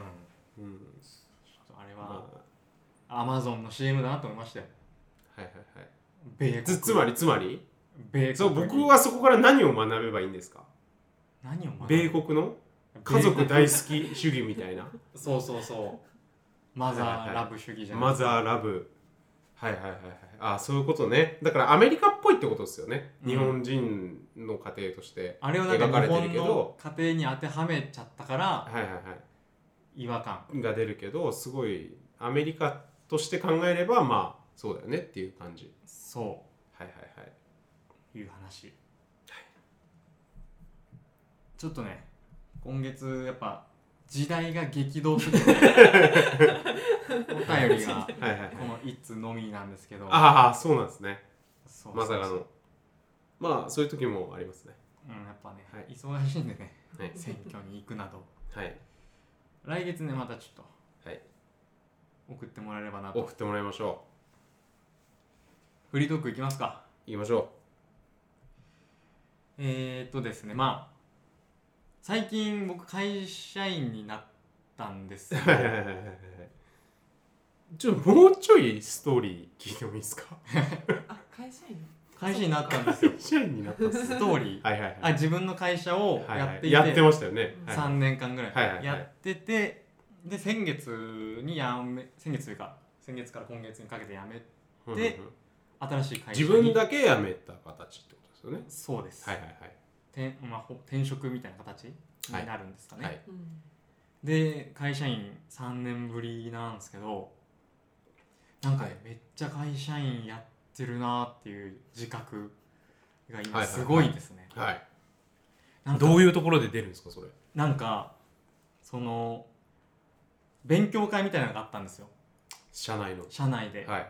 うんちょっとあれは、まアマゾンの CM だなと思いましたよ。あはいはいはい米国つつまりつまり米国そう僕はそこから何を学べばいいんですか何を学ぶ米国の家族大好き主義みたいなそうそうそうマザはいはいはーいラブ主義じゃないマザーラブはいはいはいはいあそういうことねだからアメリカっぽいってことですよね、うん日本人の家庭としてあれをなんか描か日れてる本けどの家庭に当てはめちゃったからはいはいは違和感いが出るけどすごいアメリカとして考えればまあそうだよねっていう感じそはいはいはいういう話ちょっとね今月やっぱ時代が激動 するお便りがはいはいはいこの一通のみなんですけどああそうなんですねそうそうそうまさかのまあそういう時もありますねうんやっぱね、はい忙しいんで ねはい選挙に行くなどはい来月ねまたちょっとはい送ってもらえればなと送ってもらいましょフリートークいきますかう行きましょえー、っとですねまあ最近僕会社員になったんです ようはいはいはいはいはいちょっともうちょいストーリー聞いてもいいですかあ会社員会社員になったんですよ社員になったっすストーリー、はいはいはいあ自分の会社をはいはいやっていて、やってましたよね。はい3年間ぐらはいはいはいいやってて、で先月にやめ先月というか先月から今月にかけてやめうんうんうんで新しい会社自に分だけ辞めた形ってことですよね。そうです、はいはいは転まあ、ほ転職みたいな形になるんですかね、い。はい。うんで会社員3年ぶりなんですけどなんかね、はいめっちゃ会社員やってるなっていう自覚が今はいはいはいすごいですね、はい。なんかどういうところで出るんですかそれ。なんかその勉強会みたいなのがあったんですよ社内の。社内で、はい。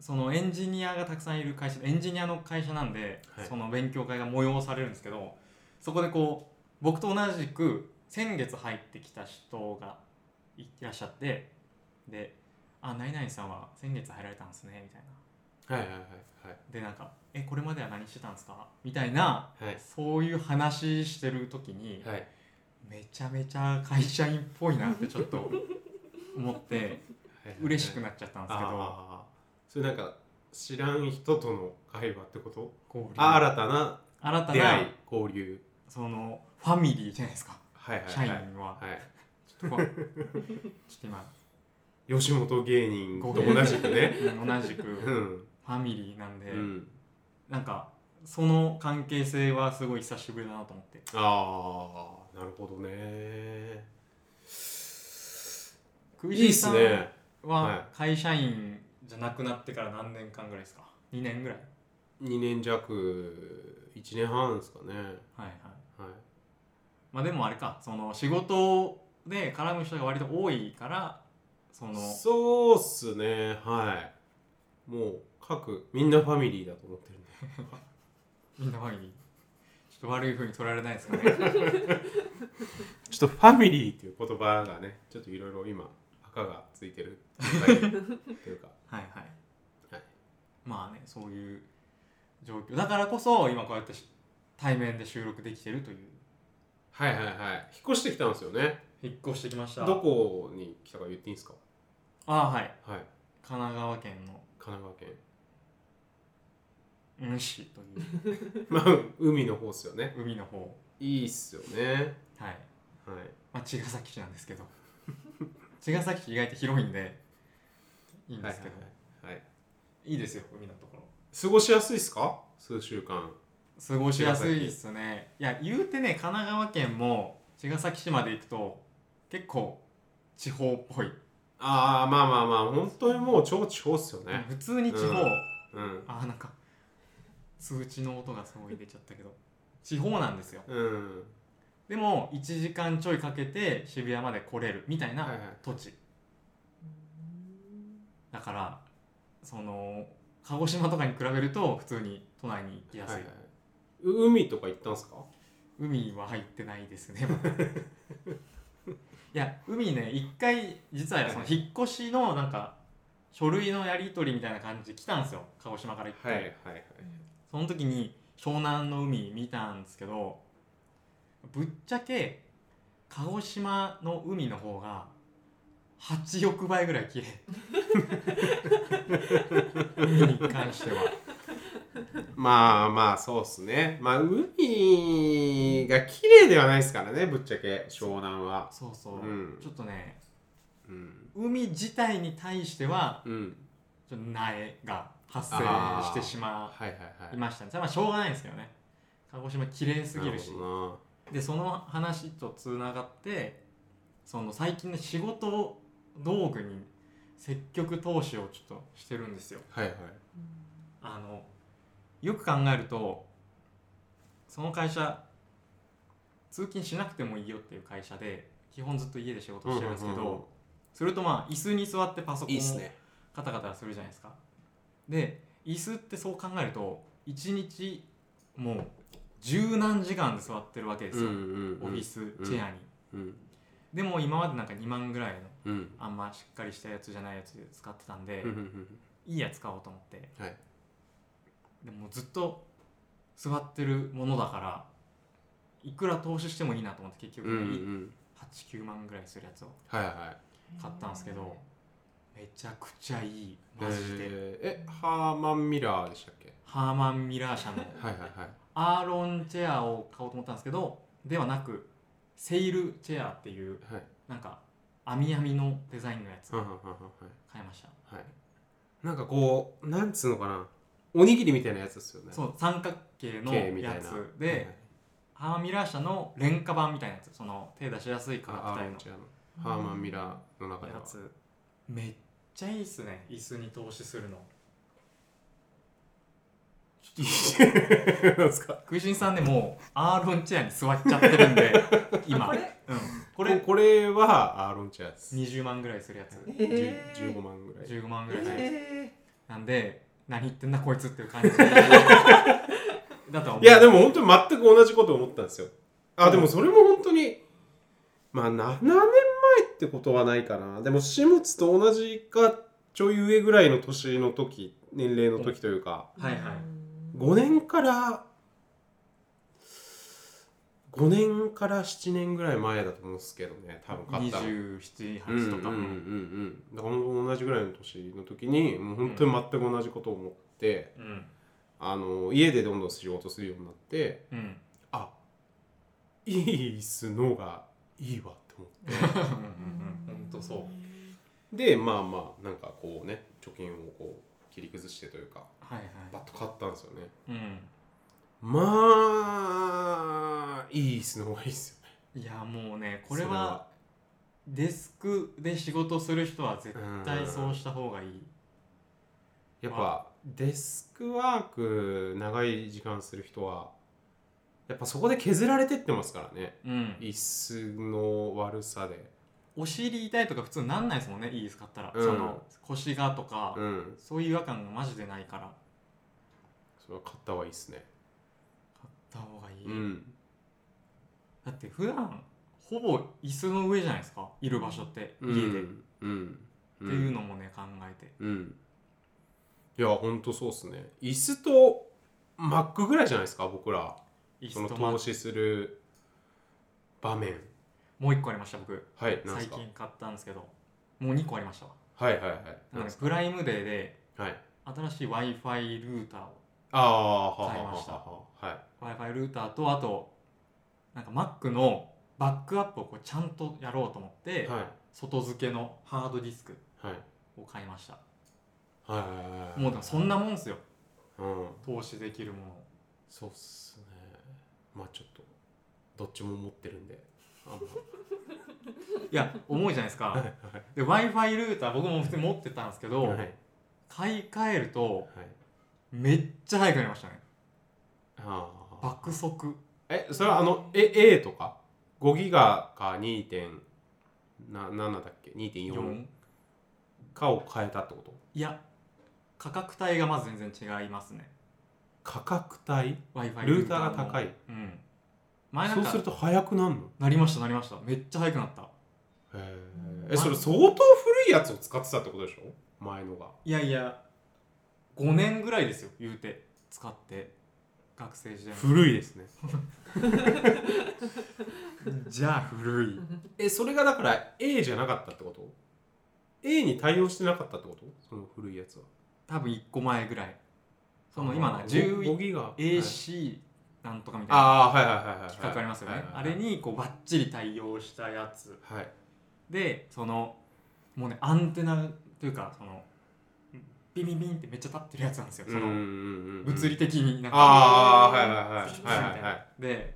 そのエンジニアがたくさんいる会社エンジニアの会社なんで、はいその勉強会が催されるんですけどそこでこう僕と同じく先月入ってきた人がいらっしゃってで「あ何々さんは先月入られたんですね」みたいなはいはいはいでなんか「えこれまでは何してたんですか?」みたいなはい。そういう話してる時に、はい。はい。めちゃめちゃ会社員っぽいなってちょっと思って嬉しくっなっちゃったんたですけどあーそれなんか知らん人との会話ってこと？交流あ新たな新た出な会い交流。そのファミリーじゃないですかはいはい社はい。員はい。はちょっとこう ちょっと今吉本芸人と同じ くね。同じくうフん。ァミリーなんで、うん。なんかその関係性はすごい久しぶりだなと思ってああなるほどね。クイいいっすさねん。はは会社員じゃなくなってから何年間ぐらいですか2年ぐらい2年弱1年半ですかねはいはいはいまあでもあれかその仕事で絡む人が割と多いからそのそうっすねはいもう各みんなファミリーだと思ってるんでみんなファミリーちょっと悪い風に取られないですかねちょっとファミリーっていう言葉がねちょっといろいろ今赤がついてる状態 というかはいはいはいまあねそういう状況だからこそ今こうやってし対面で収録できてるというはいはいはい引っ越してきたんですよね引っ越してきましたどこに来たか言っていいんですかああはいはい神奈川県の神奈川県うん市というまあ海の方っすよね海の 方いいっすよねはい、はいまあ、茅ヶ崎市なんですけど 茅ヶ崎市意外と広いんでいいんはでいすけど、いはい、はい、い、ですよ海のところ過ごしやすいっすか数週間過ごしやすいですねいや言うてね神奈川県も茅ヶ崎市まで行くと結構地方っぽい、ああまあまあまあ本当にもう超地方っすよね普通に地方、うんうんあーなんか通知の音がすごい出ちゃったけど地方なんですようんでも1時間ちょいかけて渋谷まで来れるみたいはいなはい土地、うんだからその鹿児島とかに比べると普通に都内に行きやすい、はいはいう海とか行ったんすか海は入ってないですね僕いや海ね一回実はその引っ越しのなんか書類のやり取りみたいな感じで来たんですよ鹿児島から一はい回、はいはいその時に湘南の海見たんですけどぶっちゃけ鹿児島の海の方が8億倍ぐらい綺麗海に関してはまあまあそうっすねまあ海が綺麗ではないですからねぶっちゃけ湘南はそうそう、うんちょっとねうん海自体に対してはうんちょっと苗が発生してしまはいはいはいいましたねそれはまあしょうがないんですけどね鹿児島綺麗すぎるしなほでその話とつながってその最近の仕事道具に積極投資をちょっとしてるんですよどなはいはいあのよく考えるとその会社通勤しなくてもいいよっていう会社で基本ずっと家で仕事してるんですけど、うんうんうんうんそれとまあ椅子に座ってパソコンいいっすをねカタカタするじゃないですかで椅子ってそう考えると1日もう十何時間で座ってるわけですよ、んオフィスチェアに、うんでも今までなんか2万ぐらいのうんあんましっかりしたやつじゃないやつで使ってたんで、うんうんいいやつ買おうと思ってうんはいでもずっと座ってるものだからいくら投資してもいいなと思って結うん局、うん89万ぐらいするやつをはいはい買ったんですけど、めちゃくちゃいいマジで、えーえハーマンミラーでしたっけハーマン・ミラー社の はいはいはいアーロンチェアを買おうと思ったんですけどではなくセイルチェアっていうはいなんか網網のデザインのやつはんは買んはんはんはいいました、はいなんかこうなんつうのかなおにぎりみたいなやつですよねそう三角形の系みたやいなつで、ハーマンミラー社の廉価版みたいなやつその手出しやすい価はい、ア格ーロ帯ンのチェアのハーマンミラーの中ではやつめっちゃいいっすね椅子に投資する の なんですか食いしんさんでもうアーロンチェアに座っちゃってるん で今これうん、ここれれこれはアーロンチェアです、 20万ぐらいするやつ十えー15万ぐらい15万ぐらいするやつえなんで何言ってんだこいつっていう 感じだと思ういやでも本当に全く同じこと思ったんですよあでもそれも本当にまあ7年前ってことはないかなでも下津と同じかちょい上ぐらいの年の時年齢の時というかはいはい5年から5年から7年ぐらい前だと思うんですけどね多分買ったの278とか、うんうんうんうんだから本当同じぐらいの年の時にもう本当に全く同じことを思って、うんあの家でどんどん仕事するようになってうんあいい椅子の方がいいわって思 って本当そうでまあまあなんかこうね貯金をこう切り崩してというかはいバはッと買ったんですよねい、まあいい椅子の方がいいですよねうん、いやもうねこれそれははデスクで仕事する人は絶対そうした方がいい、やっぱデスクワーク長い時間する人はやっぱそこで削られてってますからねうん、椅子の悪さで、お尻痛いとか普通なんないですもんねいい使ったら、うんその腰がとか、うん、そういう違和感がマジでないからそれは買った方がいいですね。買った方がいい、うん、だって普段ほぼ椅子の上じゃないですかいる場所って家で、っうん、ていうのもね考えてうん、いや、ほんとそうっすね。椅子と Mac ぐらいじゃないですか、僕ら。椅その子とま投資する場面。もう一個ありました僕はい、なんす最か。近買ったんですけどもう二個ありましたわはいはいはい。ななんんかすプライムデーでかはい。新しい w i f i ルーターをああ、はあは買いまあしたはあは w i f i ルーターとあとなんか Mac のバックアップをこうちゃんとやろうと思っい。て、はい。外付けのハードディスクはい。を買いましたはい。もうでもそんなもんですようん。投資できるものそうっすね。まあちょっと、どっちも持ってるんで。あんまいや重いじゃないですかで w i f i ルーター僕も普通に持ってたんですけど、はい。はい。買い替えるとめっちゃ早くなりましたねああ。爆速えそれはあのえ A とか5ギガか2.7だっけ2.4 4価を変えたってこといや価格帯がまず全然違いますね価格帯 w i f i ルーターが高いうん前なんそうかすると早くなるのなりましたなりましためっちゃ速くなったへーまえそれ相当古いやつを使ってたってことでしょ前のがいやいや5年ぐらいですよ言うて使って学生時代の古いですねじゃあ古いえそれがだから A じゃなかったってこと A に対応してなかったってことその古いやつは多分1個前ぐらいその今なあ11ご5ギガ、はい AC なんとかみたいなああはいはいはいはい企画ありますよはいねはいあはいれにこうバッチリ対応したやつはいでそのもうねアンテナというかそのビンビンビンってめっちゃ立ってるやつなんですよそうんうんのうんうん物理的になんかああはいはいはいみはたいはいいなはいで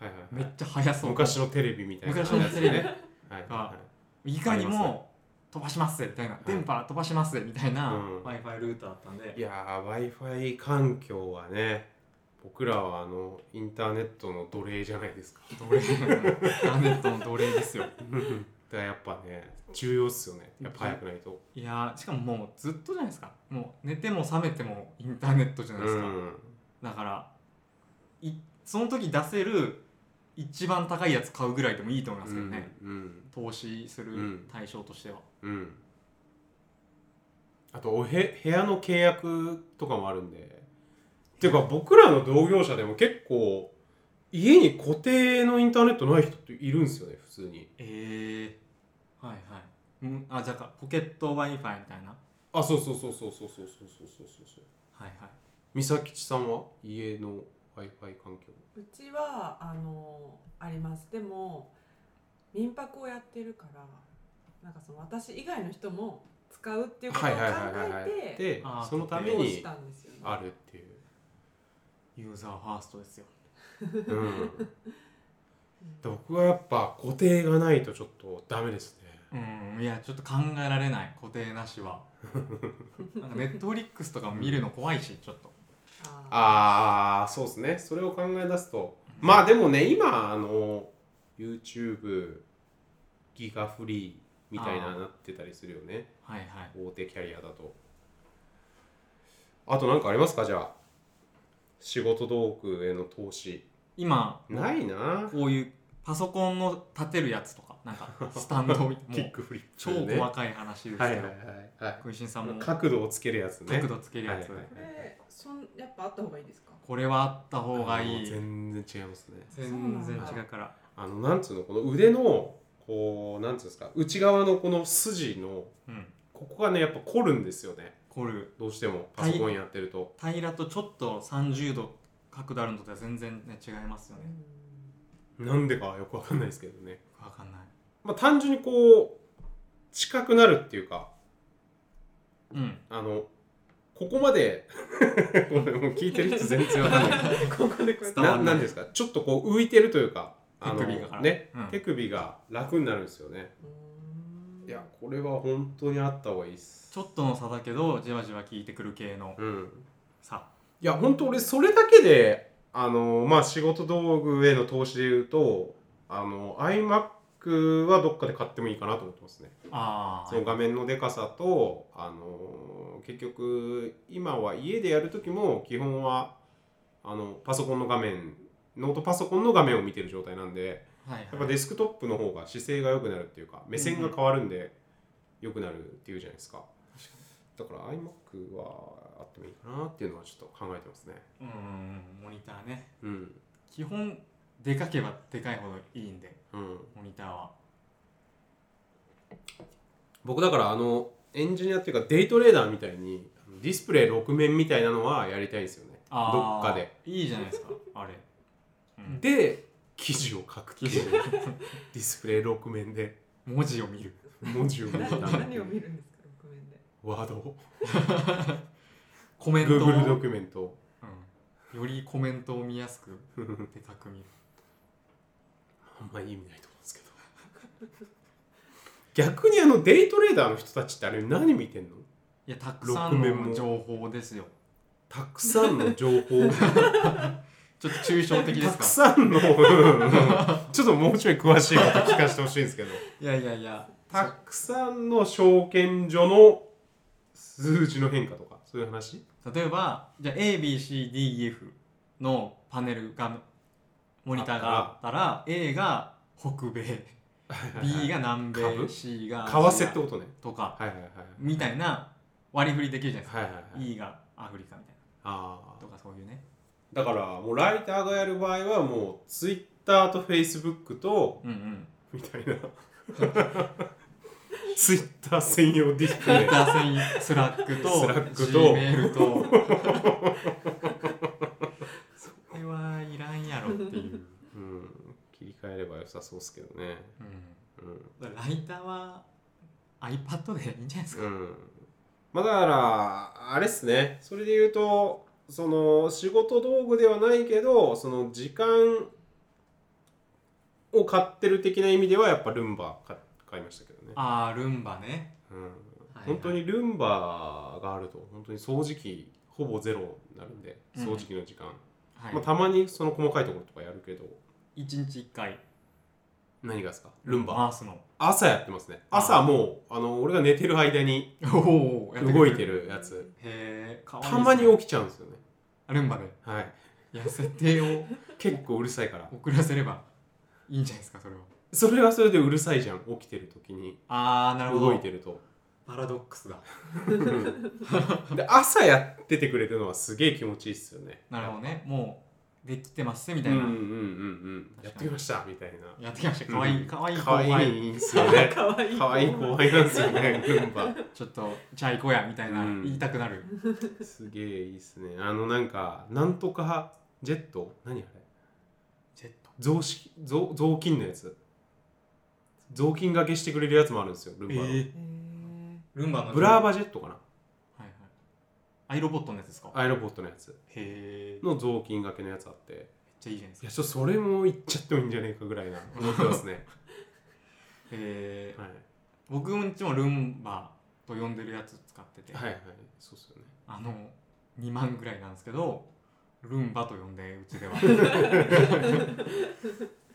はいはいめっちゃ速そう昔のテレビみたいな昔のテレビやつねはいはビかにありますも飛ばしますみたいな電波飛ばしますみたいなう w ん i f i ルーターだったんでいいや w i f i 環境はね僕らはあのインターネットの奴隷じゃな いですか奴隷インターネットの奴隷ですよだからやっぱね重要っすよねやっぱ早くないといやーしかももうずっとじゃないですかもう寝ても覚めてもインターネットじゃうないですか、んだからいその時出せる一番高いやつ買うぐらいでもいいと思いますけどね、うん投資すうるん対象としては、うんあとおへ部屋の契約とかもあるんでっていうか僕らの同業者でも結構家に固定のインターネットない人っているんですよね普通にええはいはい、うん、あじゃあかポケット w i f i みたいなあそうそうそうそうそうそうそうそうそうそうそうはいはい美咲ちさんは家の w i f i 環境うちはあのありますでも民泊をやってるからなんかその私以外の人も使うっていうことを考えてであーそのためどうしにたんですよねあるっていう、ユーザーファーストですようん、うん僕はやっぱ固定がないとちょっとダメですねうんいやちょっと考えられない固定なし はなんかネットフリックスとか見るの怖いしちょっとあああそうですねそれを考え出すとまあでもね今あの YouTube ギガフリーみたいなあーなってたりするよねはいはい大手キャリアだとあと何かありますかじゃあ仕事道具への投資今ないなこういうパソコンの立てるやつとかなんかスタンド みキたいッなクフリッ超プね、細かい話ですけど、はいはいはいはい食いしんさんも角角度をつけるやつね度つけるやつ、はいはいーこれそんやっぱあった方がいいですかこれはあった方があいのい全然違いますね全然違うからあのなんつうのこの腕のこうなんつうんですか内側のこの筋のうんここがねやっぱ凝るんですよねこるどうしてもパはいソコンやってると、平らとちょっと30度角度あるのとは全然ね違いますよねなんでかはよくわかんないですけどねわかんないまあ単純にこう近くなるっていうか うんあのここまで これもう聞いてる人全然わかんないここでこうやって伝わなんないなんですかちょっとこう浮いてるというかあの手首がね、うん手首が楽になるんですよねいやこれは本当にあった方がいいっすちょっとの差だけどじわじわ効いてくる系のうん差いや本当俺それだけであのまあ仕事道具への投資で言うとあの iMac はどっかで買ってもいいかなと思ってますね、ああその画面のでかさとあの結局今は家でやる時も基本はあのパソコンの画面ノートパソコンの画面を見てる状態なんではいやっはぱいデスクトップの方が姿勢が良くなるっていうか目線が変わるんで良くなるっていうじゃないですかだから iMac はあってもいいかなっていうのはちょっと考えてますねうんうんモニターねうん基本でかけばでかいほどいいんでうんモニターは僕だからあのエンジニアっていうかデイトレーダーみたいにあのディスプレイ6面みたいなのはやりたいんですよねあどーっかでいいじゃないです かあれ、うんで記事を書くっていうディスプレイ6面で文字を見る文字を見た何何を見るんですか六面でワードをコメントを、 Google ドキュメントをうん、よりコメントを見やすくでかく見るあんまり意味ないと思うんですけど逆にあのデイトレーダーの人たちってあれ何見てんのいやたくさん六面もの情報ですよたくさんの情報ちょっと抽象的で たくすか さんのうんうんうんちょっともうちょい詳しいこと聞かせてほしいんですけどいやいやいやたくさんの証券所の数字の変化とかそういう話例えばじゃあ ABCDEF のパネルがモニターがあったら A が北米 B が南米株 C が為アジア替ってことねとかはいはいはいみたいな割り振りできるじゃないですはいはいはかい E がアフリカみたいあなーとかそういうねだからもうライターがやる場合はもうツイッターとフェイスブックとうんうんみたい なツイッター専用ディスプレイ ツイッター専スラックとスラックと Gmail と それはいらん やろっていう、うん、切り替えれば良さそうですけどね。ううんん、ライターは iPad でいいんじゃないですか、うん、まあだからあれっすねそれで言うとその仕事道具ではないけどその時間を買ってる的な意味ではやっぱルンバ買買いましたけどね、ああルンバね、うんはいはい本当にルンバがあると本当に掃除機ほぼゼロになるんでうん掃除機の時間、はいまあ、たまにその細かいところとかやるけど一日一回何がですかルンバ回すの朝やってますねあー朝もうあの俺が寝てる間におお動いてるやつへえかわいいたまに起起きちゃうんですよねルンバではい痩せてを結構うるさいから遅らせればいいんじゃないですかそれはそれはそれでうるさいじゃん起きてる時にああなるほど動いてるとパラドックスだで朝やっててくれてるのはすげえ気持ちいいっすよねなるほどねもうできてますみうたんいうんな、うんうんやってきましたみたいなやってきましたかわいいかわいい後輩可愛いんすよねかわいい可愛い後輩なんですよねルンバちょっとじゃあ行こうやみたいなうん言いたくなる、すげえいいっすねあのなんかなんとかジェット何あれジェット雑式雑雑巾のやつ雑巾がけしてくれるやつもあるんですよルンバの、えーえールンバのブラーバ、バジェットかなはいはい、アイロボットのやつですかアイロボットのやつへえめっの雑巾がけのやつあってちゃいいじゃないですいかやちょっとそれも言っちゃってもいいんじゃねえかぐらいな思ってます ね、へえはい、僕んちもルンバと呼んでるやつ使ってて、はいはいそうっすよねあの2万ぐらいなんですけどルンバと呼んでう ちでは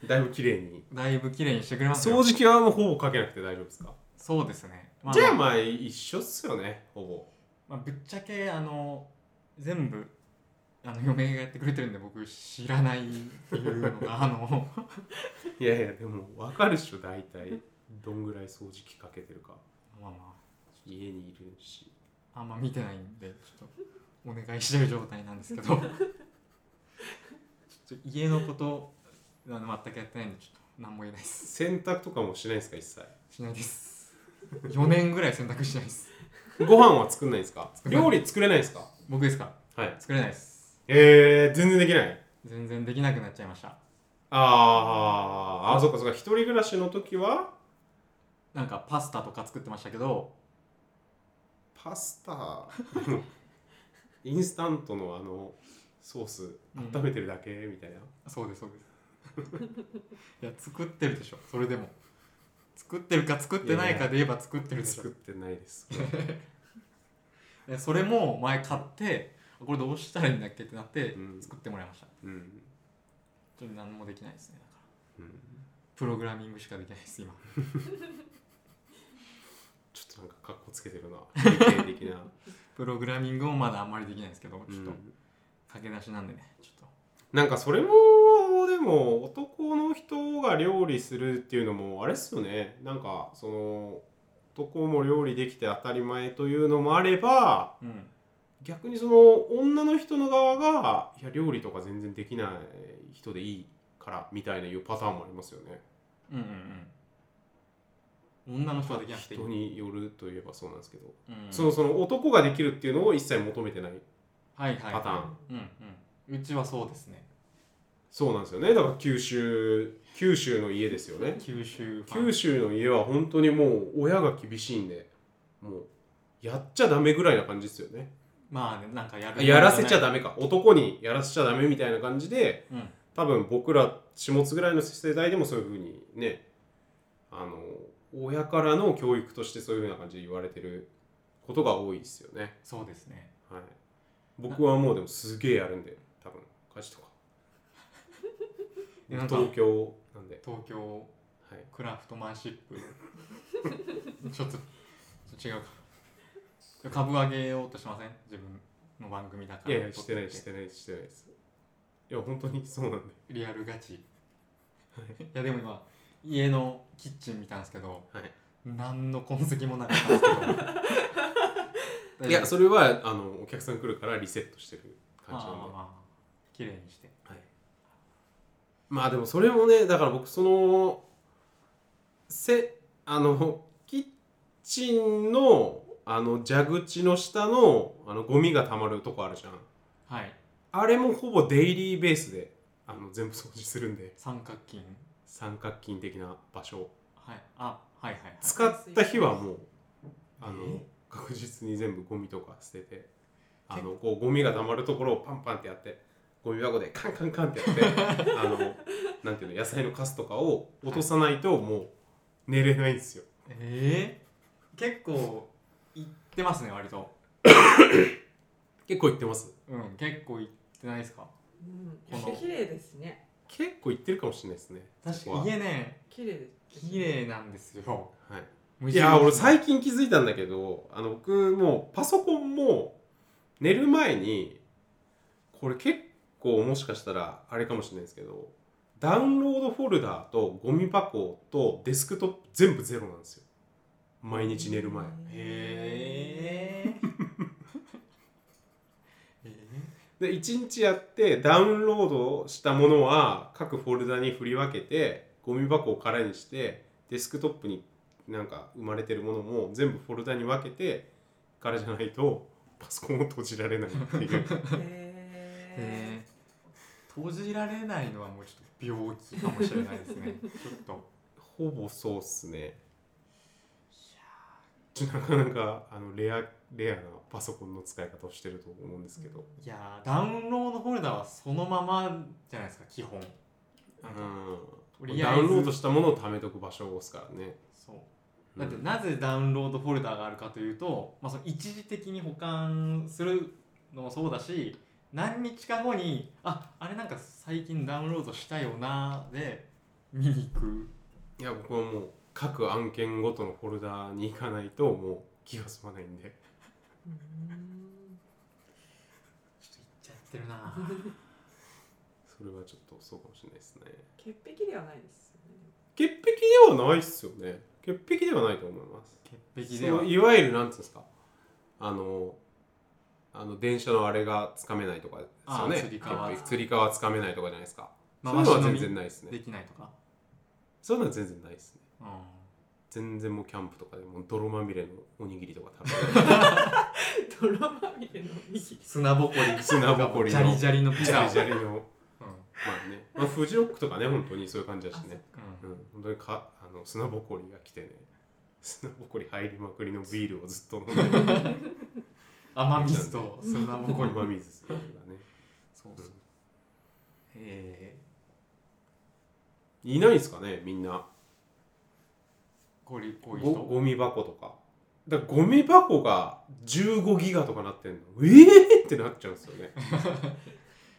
だいぶ綺麗にだいぶ綺麗にしてくれますよ掃除機はもうほぼかけなくて大丈夫ですか、そうですね、まじゃあまあ一緒っすよねほぼまあ、ぶっちゃけあの全部あの嫁がやってくれてるんで僕知らないっていうの があのいやいやでも分かるっしょ大体どんぐらい掃除機かけてるかまあま家にいるしああんま見てないんでちょっとお願いしてる状態なんですけ どちょっと家のことあの全くやってないんでちょっと何も言えないです洗濯とかもしないですか一切しないです4年ぐらい選択しないですご飯は作んないですかんない料理作れないですか僕ですかはい。作れないですえー、全然できない。全然できなくなっちゃいましたあー、あー、そっかそっか。一人暮らしの時は、なんかパスタとか作ってましたけどパスタ、インスタントのあの、ソース、うん温めてるだけみたいな。そうですそうです いや作ってるでしょそれでも作ってるか作ってないかで言えば作ってるでしょ作ってないです。でそれも前買ってこれどうしたらいいんだっけってなってうん作ってもらいましたうん。ちょっと何もできないですねだからうん、プログラミングしかできないです今ちょっとなんかかっこつけてるな。理系的な。プログラミングもまだあんまりできないんですけどちょっうとん駆け出しなんでねちょっなんかそれも、でも男の人が料理するっていうのもあれっすよねなんかその男も料理できて当たり前というのもあればとうん逆にその女の人の側がいや料理とか全然できない人でいいからみたいないうパターンもありますよねうんうんうん女の人はできなくていい、人によるといえばそうなんですけど、うんそのその男ができるっていうのを一切求めてないはいはいパターン、うんうんうちはそうですねそうなんですよねだから九州九州の家ですよね九州ファン九州の家は本当にもう親が厳しいんでもうやっちゃダメぐらいな感じですよねまあねなんかやるやらせちゃだダメか男にやらせちゃダメみたいな感じでうん多分僕ら下津ぐらいの世代でもそういうふうにねあの親からの教育としてそういうふうな感じで言われてることが多いですよね、そうですねはい、僕はもうでもすげえやるんで多分家事とかえなんか東京なんで、東京はい、 クラフトマンシップちょっとちょっと違うか株上げようとしません自分の番組だかいらやいやしてないしてないないしてないですいや本当にそうなんだよリアルガチいやでも今家のキッチン見たんですけどはい何の痕跡もなかったんですけ ど大丈い夫やそれはあのお客さん来るからリセットしてる感じなんであーまあ綺麗にしてはい、まあでもそれもねだから僕そのせあのキッチンのあの蛇口の下のあのゴミがたまるとこあるじゃんはいあれもほぼデイリーベースであの全部掃除するんで三角筋三角筋的な場所はいあはいはいはい使った日はもうあのえ確実に全部ゴミとか捨ててあのこうゴミがたまるところをパンパンってやってゴミ箱でカンカンカンってやって あのなんていうの野菜のカスとかを落とさないともう寝れないんですよええ結構行ってますね割と結構行ってますうん結構行ってないですかうん、この綺麗ですね。結構行ってるかもしれないですね確そかこはに家ね綺麗です。綺。麗なんですよはい無いや俺最最近気づいたんだけどあの僕もうパソコンも寝る前にこれ結構もしかしたらあれかもしれないですけどダウンロードフォルダーとゴミ箱とデスクトップ全部ゼロなんですよ毎日寝る前へええで1日やってダウンロードしたものは各フォルダに振り分けてゴミ箱を空にしてデスクトップになんか生まれてるものも全部フォルダに分けてからじゃないとパソコンを閉じられないっていう えへええ閉じられないのはもうちょっと病気かもしれないですねちょっとほぼそうっすねちょなかなかあのレアレアなパソコンの使い方をしてると思うんですけど、いやーダウンロードフォルダはそのままじゃないですか基本なんかとうん、りあえずダウンロードしたものを貯めとく場所ですからねそううんだってなぜダウンロードフォルダがあるかというと、まあ、その一時的に保管するのもそうだし何日か後にああれなんか最近ダウンロードしたよなで見に行くいや僕はもう各案件ごとのフォルダに行かないともう気が済まないんでーうんちょっと行っちゃってるなそれはちょっとそうかもしれないですね潔癖ではないですよね。潔癖ではないっすよね潔癖ではないと思います潔癖ではそのいわゆるなんつうんですかあのあの電車のあれがつかめないとかですよねあーつり革潔癖つり革つかめないとかじゃないですか、まあそういうのは足の全み然ないですねできないとか、そういうのは全然ないですねうん、全然もうキャンプとかでもう泥まみれのおにぎりとか食べる泥まみれの右。砂ぼこり砂ぼこりジのャリジャリの ピジザをャリジャリのうんまあね、まあ、フジロックとかね本当にそういう感じだしねううんん、本当にかあの砂ぼこりが来てね 砂ぼこり入りまくりのビールをずっと飲んで雨水 と砂ぼこりま水するのがねそうそうえーいないですかねみんなこりこういうご人ゴミ箱とかだからゴミ箱が15ギガとかなってんのええー、ってなっちゃうんですよね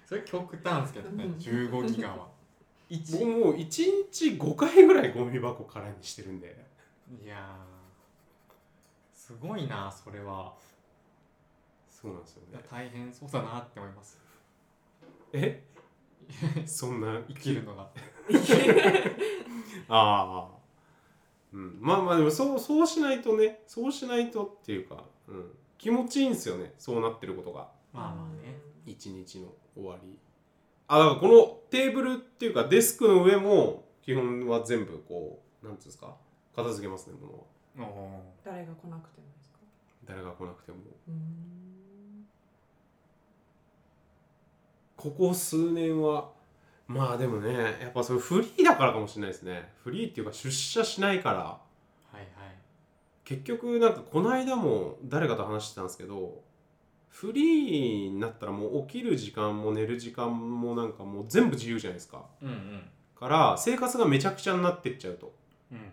それ極端ですけどねうん15ギガ は1僕もう1日5回ぐらいゴミ箱空にしてるんでいやーすごいなそれはそうなんですよね大変そうだなって思いますえ そんな生きるのがああ、うん、まあまあでもそうそうしないとねそうしないとっていうか、うん、気持ちいいんですよねそうなってることがまあまあね一日の終わりあだからこのテーブルっていうかデスクの上も基本は全部こうなんつうんですか片付けますねものはおー誰が来なくてもですか。誰が来なくてもうーん。ここ数年はまあでもねやっぱそれフリーだからかもしれないですねフリーっていうか出社しないからはいはい結局なんかこの間も誰かと話してたんですけどフリーになったらもう起きる時間も寝る時間もなんかもう全部自由じゃないですかうんから生活がめちゃくちゃになってっちゃうとうんうん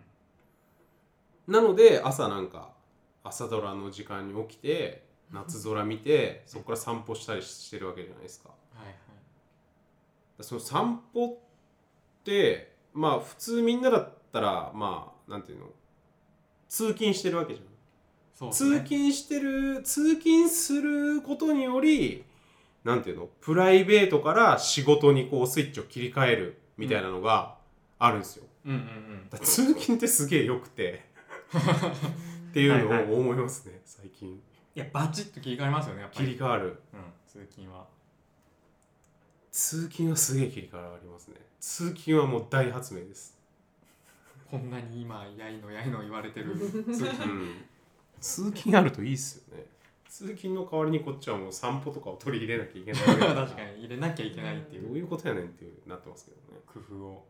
なので朝なんか朝ドラの時間に起きて夏空見てそこから散歩したりしてるわけじゃないですかはいはいその散歩ってまあ普通みんなだったらまあなんていうの通勤してるわけじゃんそうです通ね勤してる通勤することによりなんていうのプライベートから仕事にこうスイッチを切り替えるみたいなのがあるんですよ、うんうんうんだから通勤ってすげえよくてっていうのを思いますね最近いやバチッと切り替えますよねやっぱ切りり替わるうん通勤は通勤はすげえ切り替わりますね通勤はもう大発明です、こんなに今やいのやいの言われて る通う勤ん、通勤あるといいっすよね通勤の代わりにこっちはもう散歩とかを取り入れなきゃいけないわけだら 確かに入れなきゃいけないっていどうういうことやねんっていうなってますけどね工夫を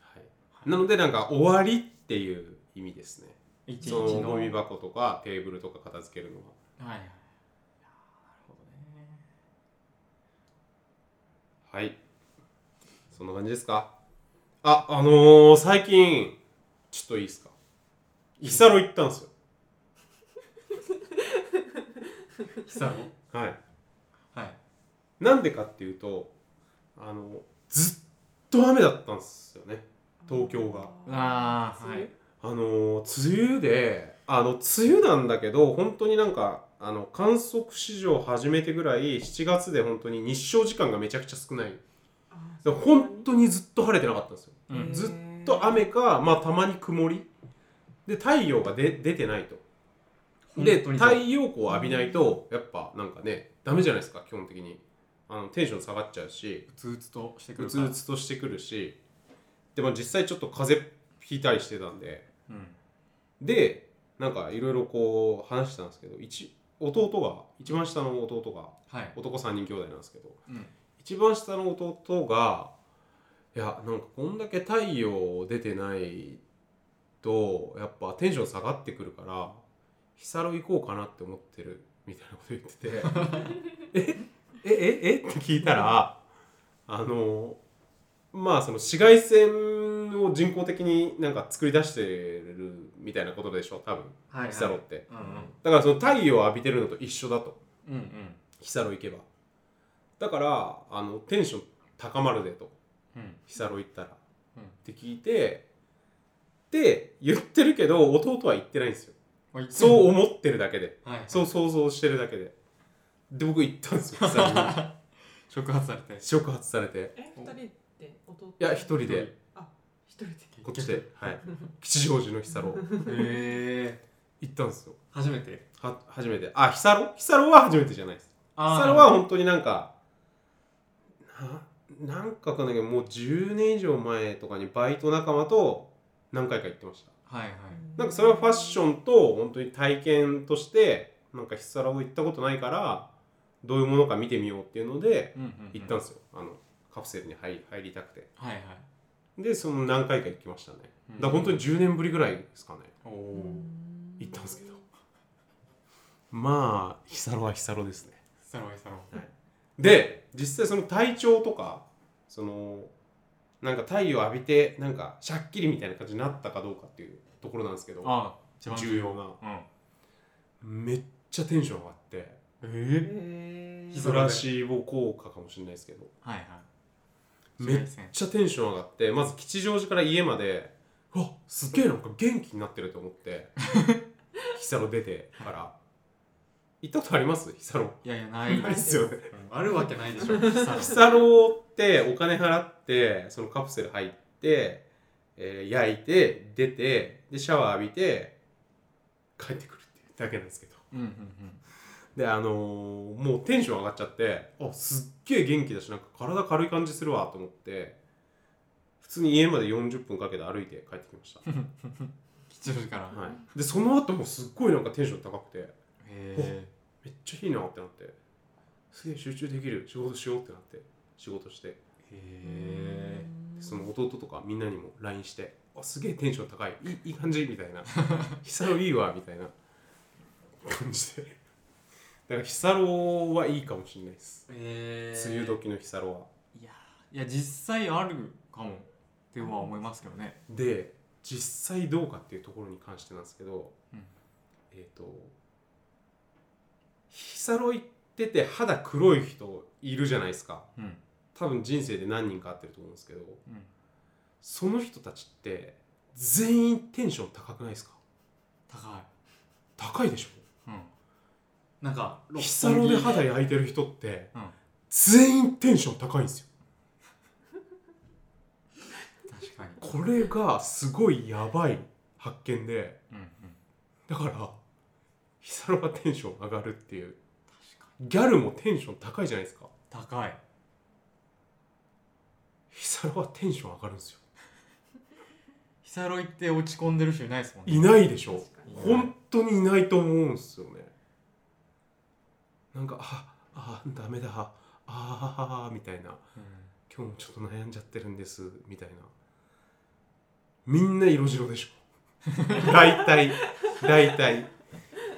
はい、なのでなんか終わりっていう意味ですね一日そののゴミ箱とかテーブルとか片付けるのははいはいいやーなるほどねはいそんな感じですかああのー、最近ちょっといいですかヒサロ行ったんですよ久々はいはいなんでかっていうとあのずっと雨だったんですよね東京がああはいあのー梅雨であの梅雨なんだけど本当になんかあの観測史上初めてぐらい7月で本当に日照時間がめちゃくちゃ少ないあでー本当にずっと晴れてなかったんですようんずっと雨か、まあ、たまに曇りで太陽がで出てないとで本当に太陽光を浴びないとやっぱなんかねダメじゃないですか基本的にあのテンション下がっちゃうしうつうつとしてくうるつからうつとしてくるしでも実際ちょっと風邪ひいたりしてたんでうんでなんかいろいろこう話してたんですけど一弟が一番下の弟がはい男3人兄弟なんですけどうん一番下の弟がいやなんかこんだけ太陽出てないとやっぱテンション下がってくるから日サロ行こうかなって思ってるみたいなこと 言っててええええって聞いたらあのまあその紫外線を人工的になんか作り出してるみたいなことでしょ多分はい日サロって、うんうんだからその太陽を浴びてるのと一緒だとうんうんヒサロ行けばだからあのテンション高まるでとうんヒサロ行ったら、うんって聞いてで言ってるけど弟は言ってないんですよまあ一そう思ってるだけで応はいそう想像してるだけでで僕行ったんですよヒサロに触発されて触発されてえ二人で弟いや一人で一人でこっちで、はい、吉祥寺のヒサへロえ行ったんですよ初めては初めてあヒサロヒサロは初めてじゃないですそれは本当になんかななんかわかんないけどもう10年以上前とかにバイト仲間と何回か行ってましたはいはいなんかそれはファッシンョンと本当に体験としてなんかひっさらを行ったことないからどういうものか見てみようっていうのでうんうん行ったんんですよ、あのカプセルに入り入りたくてはいはいでその何回か行きましたねうだんから本当に10年ぶりぐらいですかねおうおん行ったんですけどまあひさろはひさろですねサロイサロで実際その体調とかそのなんか太陽浴びてなんかしゃっきりみたいな感じになったかどうかっていうところなんですけどああ一番重要なうんめっちゃテンション上がってえへーひブラシを効果かもしれないですけどはいはいめっ紫外線ちゃテンション上がってまず吉祥寺から家までうわすげえなんか元気になってると思ってヒサロ出てから行ったことありますヒサロいやいやないないっすよねうんあるわけないでしょサロ ヒサロってお金払ってそのカプセル入って、えー焼いて出てでシャワー浴びて帰ってくるっていうだけなんですけどうんうんうんであのーもうテンション上がっちゃってあすっげえ元気だしなんか体軽い感じするわと思って普通に家まで40分かけて歩いて帰ってきました、吉祥寺からへはい、でその後もすっごいなんかテンション高くてえめっちゃいいなってなってすげえ集中できる仕事しようってなって仕事してへえその弟とかみんなにも LINE して「あすげえテンション高いいいいい感じ」みた いな「ヒサロいいわ」みたいな感じでだからヒサロはいいかもしれないですえ梅雨時のヒサロはいやいや実際あるかもっては思いますけどねで実際どうかっていうところに関してなんですけど、うんえっ、とヒサロ行ってて肌黒い人いるじゃないですかうん多分人生で何人か会ってると思うんですけどうんその人たちって全員テンション高くないですか高い高いでしょうんなんか六日サ本ロ木で肌焼いてる人ってうん全員テンション高いんですよ確かにこれがすごいやばい発見でうんうんだから日サロはテンション上がるっていう確かギャルもテンション高いじゃないですかに高い日サロはテンション上がるんですよヒサロ行って落ち込んでる人いないですもんねいないでしょ確かにいない本当にいないと思うんですよねなんかああダメだああみたいなうん今日もちょっと悩んじゃってるんですみたいなみんな色白でしょ大体大体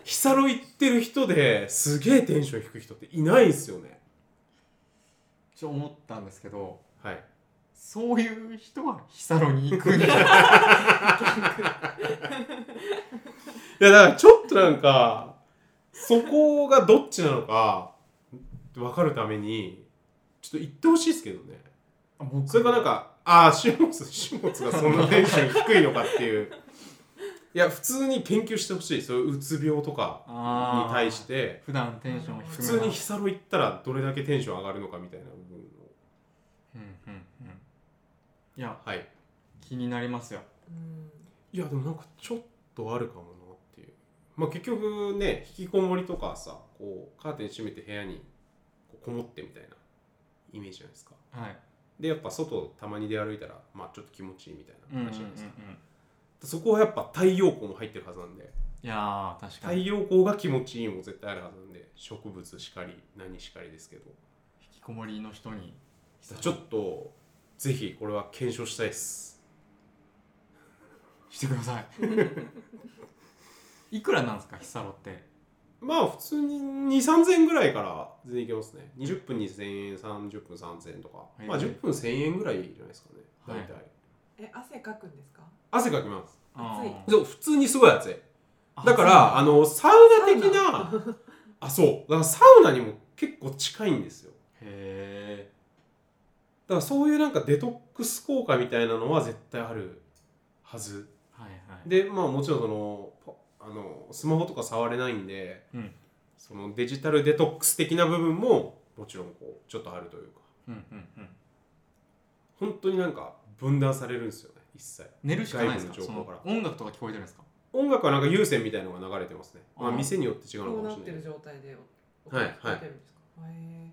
日サロ行ってる人ですげえテンション低い人っていないんすよねちょっと思ったんですけどはいそういう人はヒサロに行くんだいやだからちょっとなんかそこがどっちなのか分かるためにちょっと言ってほしいですけどね僕それかなんかああ下津下津がそんなテンション低いのかっていういや普通に研究してほしいそういううつ病とかあーに対して普段テンション低めな普通に日サロ行ったらどれだけテンション上がるのかみたいな部分をうんうんうんいやはい気になりますようんいやでもなんかちょっとあるかもなっていうまあ結局ね引きこもりとかさこうカーテン閉めて部屋にこうこもってみたいなイメージじゃないですかはいでやっぱ外たまに出歩いたらまあちょっと気持ちいいみたいうんうなんうんうん話じゃないですか、そこはやっぱ太陽光も入ってるはずなんでいやー確か太に陽光が気持ちいいも絶対あるはずなんで植物しかり何しかりですけど引きこもりの人にちょっとぜひこれは検証したいですしてくださ いいくらなんですかヒサロってまあ普通に2、3000円ぐらいから全然いけますね。20分2000円、30分3000円とか。いまあ10分1000円ぐらいじゃないですかね。は大い体。え汗かくんですか汗かきます。 暑いあーそう、普通にすごい暑い。だか暑いら、あの、サウナ的な、あ、そう。だからサウナにも結構近いんですよ。へだからそういうなんかデトックス効果みたいなのは絶対あるはず。ーはいはいで、まあもちろんその、ポあのスマホとか触れないんで、うんそのデジタルデトックス的な部分ももちろんこう、ちょっとあるというか。うんうんうん本当になんか分断されるんですよね一切寝るしかないですか外部その情報のから音楽とか聞こえてるんですか音楽はなんか有線みたいのが流れてますねまあ、あー店によって違うのこかうもなしっれてないるけど状態で音はいが聞こえてるんですか、へ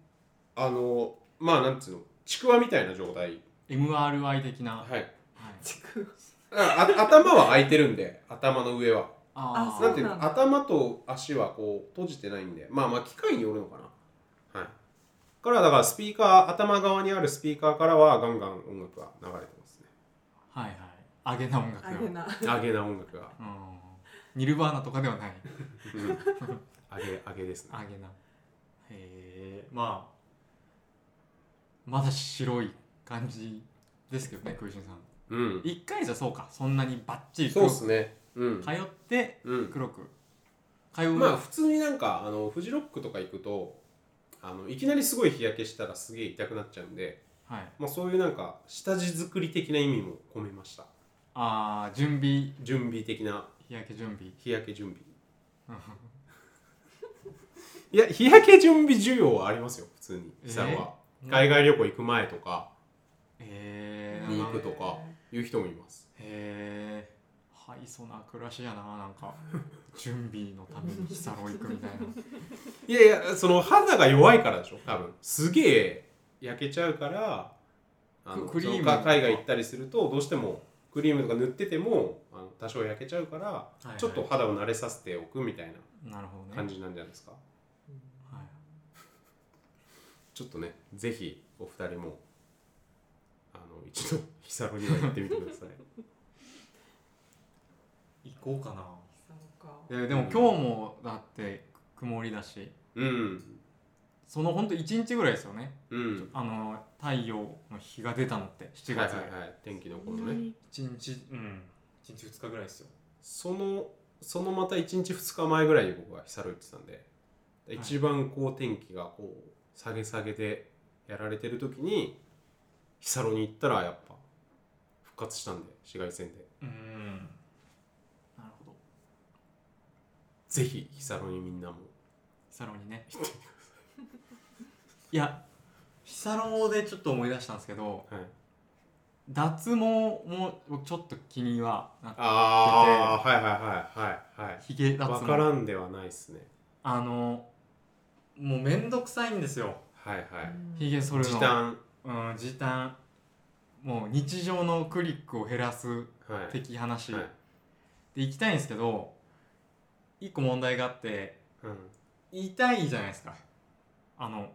あのまあなんつうのちくわみたいな状態 MRI 的な、はい、はいえちくああ 頭は空いてるんで頭の上はあああそうななんんてだいうの頭と足はこう閉じてないんでまあまあ機械によるのかなはいからだからスピーカー頭側にあるスピーカーからはガンガン音楽が流れてますねはいはい上げな音楽あげな上げな音楽が、うんニルバーナとかではないうん、上げ上げですね上げなへえまあまだ白い感じですけどね空心さんうん一回じゃそうかそんなにバッチリそう黒っくすねうん通ってうん黒く通う、まあ普通になんかあのフジロックとか行くとあのいきなりすごい日焼けしたらすげえ痛くなっちゃうんで、はい、まあ、そういうなんか下地作り的な意味も込めましたあー準備準備的な日焼け準 備日焼け準備うんいや日焼け準備需要はありますよ普通に久々は、えー海外旅行行く前とかえー、にな行んくかとかいう人もいますへえはいそな暮らしやななん か準備のために日サロ行くみたいいやいやその肌が弱いからでしょ多分すげえ焼けちゃうからあのクリームそのか海外行ったりするとどうしてもクリームとか塗っててもあの多少焼けちゃうから、なちょっとは肌を慣れさせておくみたいないはいなるほどね感じなんじゃないですか、はいちょっとねぜひお二人もあの一度日サロには行ってみてください行こうかなそうかででも今日もだって曇りだし うんそのほんと1日ぐらいですよねうんあの太陽の日が出たのって7はい月、はいはい天気のこのね一日うん1日2日ぐらいですよそのそのまた1日2日前ぐらいに僕は日サロ行ってたんで一番こう天気がこう下げ下げでやられてる時に日サロに行ったらやっぱ復活したんで紫外線でうんなるほどぜひヒサロにみんなもサロンにね いやヒサロンでちょっと思い出したんですけどはい脱毛も僕ちょっと気にはなってああはいはいはいはいはいヒゲ脱わ毛からんではないですねあのもうめんどくさいんですよはいはいヒゲ剃るの時短うん時短もう日常のクリックを減らすはい的話、はいで行きたいんですけど一個問題があってうん痛いじゃないですかあの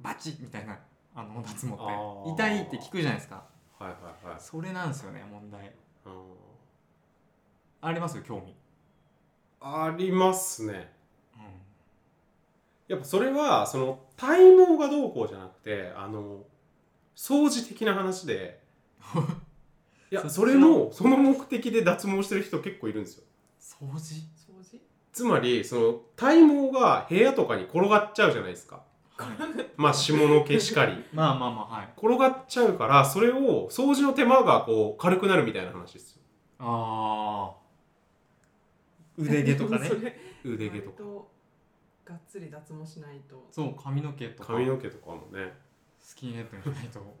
バチみたいなあの脱毛あーって痛いって聞くじゃないですかはいはいはいそれなんですよね問題うんあります興味、ありますねうやっぱそれはその体毛がどうこうじゃなくてあの掃除的な話 でいやそっちそれもその目的で脱毛してる人結構いるんですよん、掃除掃除つまりその体毛が部屋とかに転がっちゃうじゃないですかはい まあ下の毛しかり まあまあまあはい転がっちゃうからそれを掃除の手間がこう軽くなるみたいな話ですよああ腕毛とか ねそれ腕毛とか割がっつり脱毛しないとそう髪の毛とか髪の毛とかもねスキンヘッドにしないと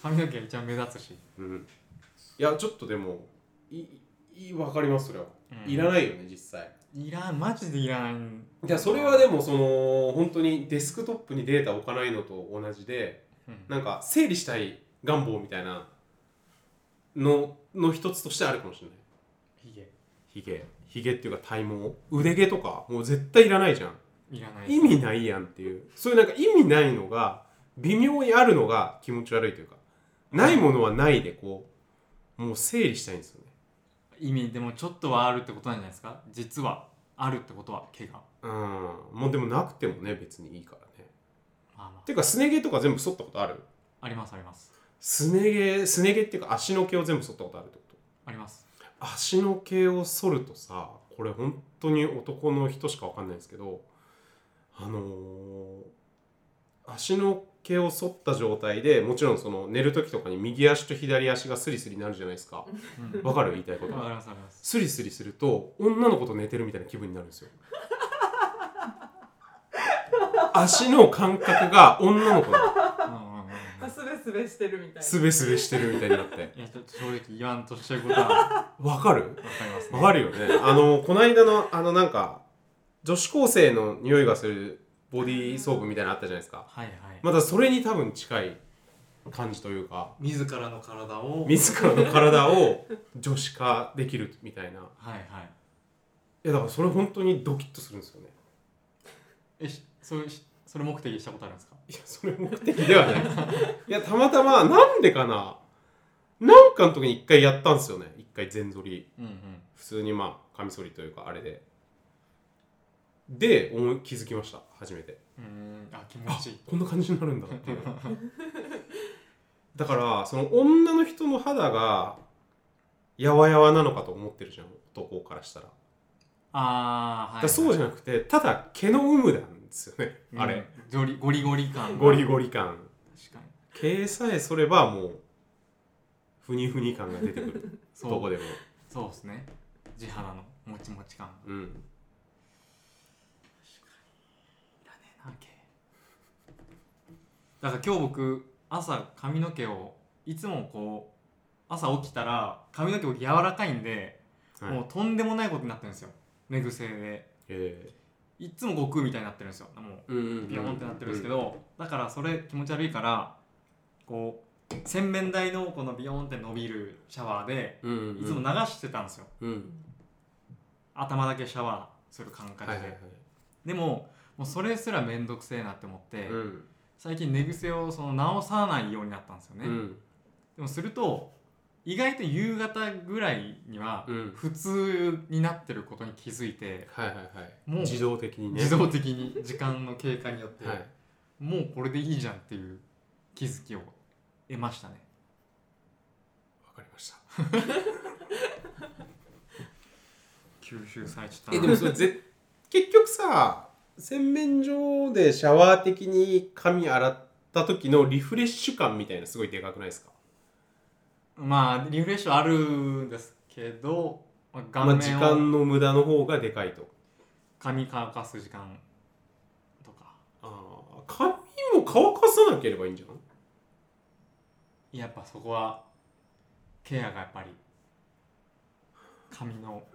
髪の毛一番目立つし、うんいやちょっとでもいいわかりますそれは、うんいらないよね実際いらんマジでいらないいやそれはでもその本当にデスクトップにデータ置かないのと同じでうんなんか整理したい願望みたいなのの一つとしてあるかもしれないヒゲヒゲヒゲっていうか体毛腕毛とかもう絶対いらないじゃんいらないです意味ないやんっていうそういうなんか意味ないのが微妙にあるのが気持ち悪いというかないものはないでこうもう整理したいんですよね意味でもちょっとはあるってことなんじゃないですか実はあるってことは毛がまうんもうでもなくてもね別にいいからねあまてかすね毛とか全部剃ったことあるあありますありますすね毛すね毛っていうか足の毛を全部剃ったことあるってことあります足の毛を剃るとさこれ本当に男の人しかわかんないんですけどあのー足の毛を剃った状態でもちろんその寝る時とかに右足と左足がスリスリになるじゃないですかうんわかる言いたいことわかりますわかりますスリスリすると女の子と寝てるみたいな気分にな るんですよ足の感覚が女の子のうんうんうんうんあすべすべしてるみたいスベスベしてるみたいになっていやちょっと正直言わんとしてることはわかわかるりますわかるよね。あの、この間の、あの、なんか、女子高生の匂いがするボディーソープみたいなのあったじゃないですか。はいはい、まだそれに多分近い感じというか、自らの体を自らの体を女子化できるみたいな。いはいはいや、だからそれ本当にドキッとするんですよね。えしそれしそれ目的にしたことあるんですかいや、それ目的ではないです。いや、たまたま、なんでかな。なんかの時に一回やったんですよね。一回全剃り。うんうん普通にまあ、カミソリというか、あれで。で、思い気づきました。初めて。うーんあ気持あちいいこんな感じになるんだっていうだからその女の人の肌がやわやわなのかと思ってるじゃん男からしたら,、ああはい、はい、そうじゃなくてただ毛の有無なんですよね、うんあれゴリゴリゴリ感ゴリリゴリ感確かに毛さえそればもうふにふに感が出てくる そうどこでもそうですね地肌のもちもち感うんいらねえな毛だから今日僕朝髪の毛をいつもこう朝起きたら髪の毛僕柔らかいんで、はいもうとんでもないことになってるんですよ寝癖でえいつも悟空みたいになってるんですよもうーうんビヨーンってなってるんですけど、だからそれ気持ち悪いからこう洗面台のこのビヨーンって伸びるシャワーでうんうんうんいつも流してたんですよ、うん頭だけシャワーする感覚で、はいはいはいでももうそれすら面倒くせえなって思って、うん最近寝癖をその直さないようになったんですよね、うんでもすると意外と夕方ぐらいにはうん普通になってることに気づいて、はいはいはいもう自動的にね自動的に時間の経過によって、はいもうこれでいいじゃんっていう気づきを得ましたねわかりました吸収されちゃえったでもそれぜ 結局さ洗面所でシャワー的に髪洗った時のリフレッシュ感みたいなすごいでかくないですかまあリフレッシュあるんですけどまあまあ、顔時面を間の無駄の方がでかいと髪乾かす時間とかああ髪も乾かさなければいいんじゃんやっぱそこはケアがやっぱり髪の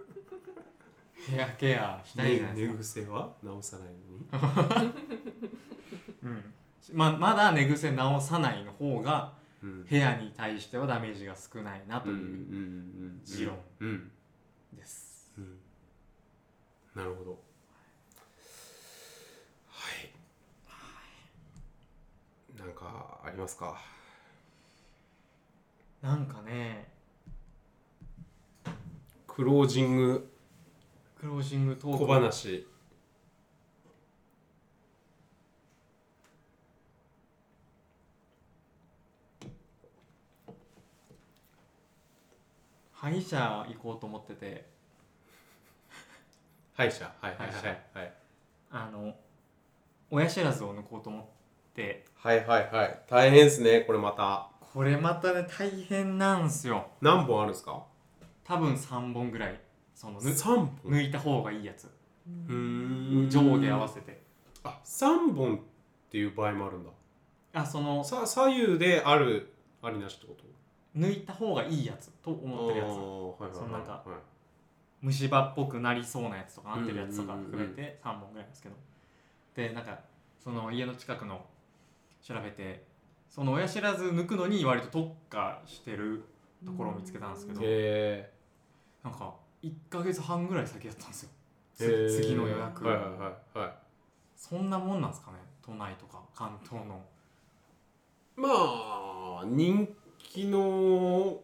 ヘアケアしたいじゃないでねす寝か、癖は直さないのにうんままだ寝癖直さないの方がうんヘアに対してはダメージが少ないなとうんうんいううん持論うんです、うんなるほどはいなんかありますかなんかねクロージングクロージングトーク小話歯医者行こうと思ってて歯医者はいはい歯医者はいあの親知らずを抜こうと思ってはいはいはいはい大変ですねこれまたこれまたね大変なんすよ何本あるんですか多分3本ぐらいその抜3本抜いた方がいいやつうーん上下合わせてあ3本っていう場合もあるんだあそのさ左右であるありなしってこと抜いた方がいいやつと思ってるやあつーはいはいはいそのなんかはい虫歯っぽくなりそうなやつとかなってるやつとかうんうんうんうん含めて3本ぐらいなんですけどでなんかその家の近くの調べてその親知らず抜くのに割と特化してるところを見つけたんですけどへえなんか1ヶ月半ぐらい先だったんですよつへー次の予約はいはいはいはいそんなもんなんですかね都内とか関東のまあ人気の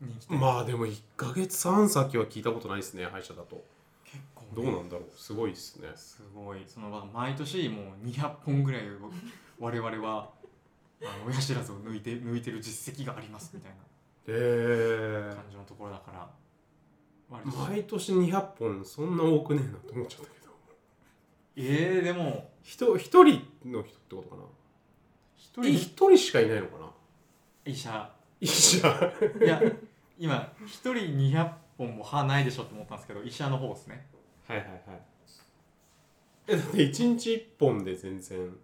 人気店まあでも1ヶ月半先は聞いたことないですね歯医者だと結構ねどうなんだろうすごいですねすごいそのまあ毎年もう200本ぐらい 僕我々はあの親知らずを抜いて抜いてる実績がありますみたいへなえ感じのところだから割と毎年200本そんな多くねえなと思っちゃったけどえー、でも人一人の人ってことかな一人え一人しかいないのかな医者医 者いや今一人200本も歯ないでしょと思ったんですけど医者の方ですねはいはいはいえだって1日1本で全然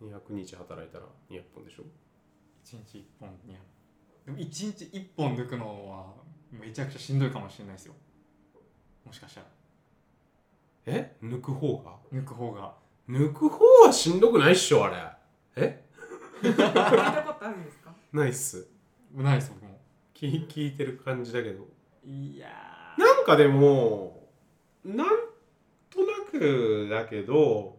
200日働いたら200本でしょ1日1本200でも1日1本抜くのはめちゃくちゃしんどいかもしれないですよもしかしたらえ抜く方が抜く方が抜く方はしんどくないっしょあれえ聞いたことあるんですかないっすないです僕も聞聞いてる感じだけどいやーなんかでもなんとなくだけど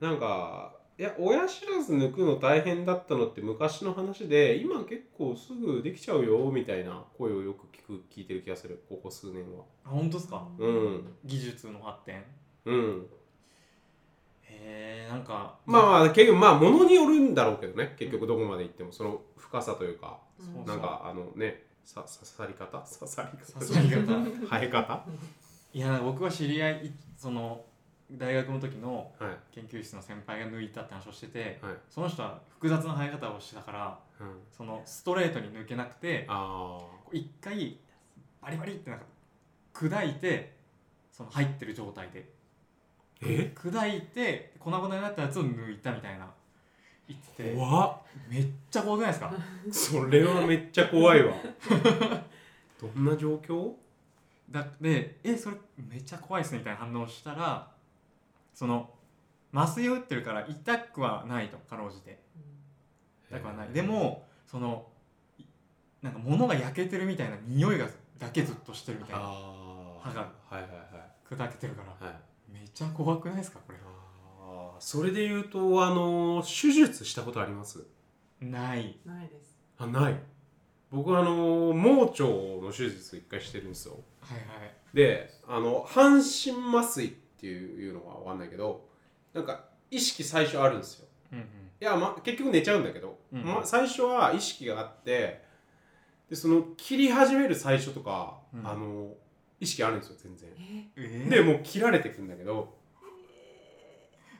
なんかいや親知らず抜くの大変だったのって昔の話で今結構すぐできちゃうよみたいな声をよく聞く聞いてる気がするここ数年はあ本当ですかうん技術の発展へうんえなんかまあまあ結局まあものによるんだろうけどね結局どこまで行ってもその深さというかそうなんかあのねさ刺さり方刺さり方刺さり方生え方いや僕は知り合いいその大学の時のはい研究室の先輩が抜いたって話をしててはい、その人は複雑な生え方をしてたからうん、そのストレートに抜けなくてあ一回バリバリってなんか砕いてその入ってる状態でーえ砕いて粉々になったやつを抜いたみたいな言ってて怖っめっちゃ怖くないですかそれはめっちゃ怖いわ どんな状況だで「えそれめちゃ怖いですね」みたいな反応をしたらその麻酔を打ってるから痛くはないとかろうじて痛くはないでもそのいなんか物が焼けてるみたいな匂いがだけずっとしてるみたいなああ歯がはいはいは砕けてるからいはいめちゃ怖くないですかこれはあーそれで言うとあの手術したことありますないないですあない僕あの盲腸の手術一回してるんですよはいはいであの半身麻酔っていうのは分かんないけどなんか意識最初あるんですようんうんいや、ま、結局寝ちゃうんだけど、うんま、最初は意識があってでその切り始める最初とか、うんあの意識あるんですよ全然ええでもう切られてくんだけど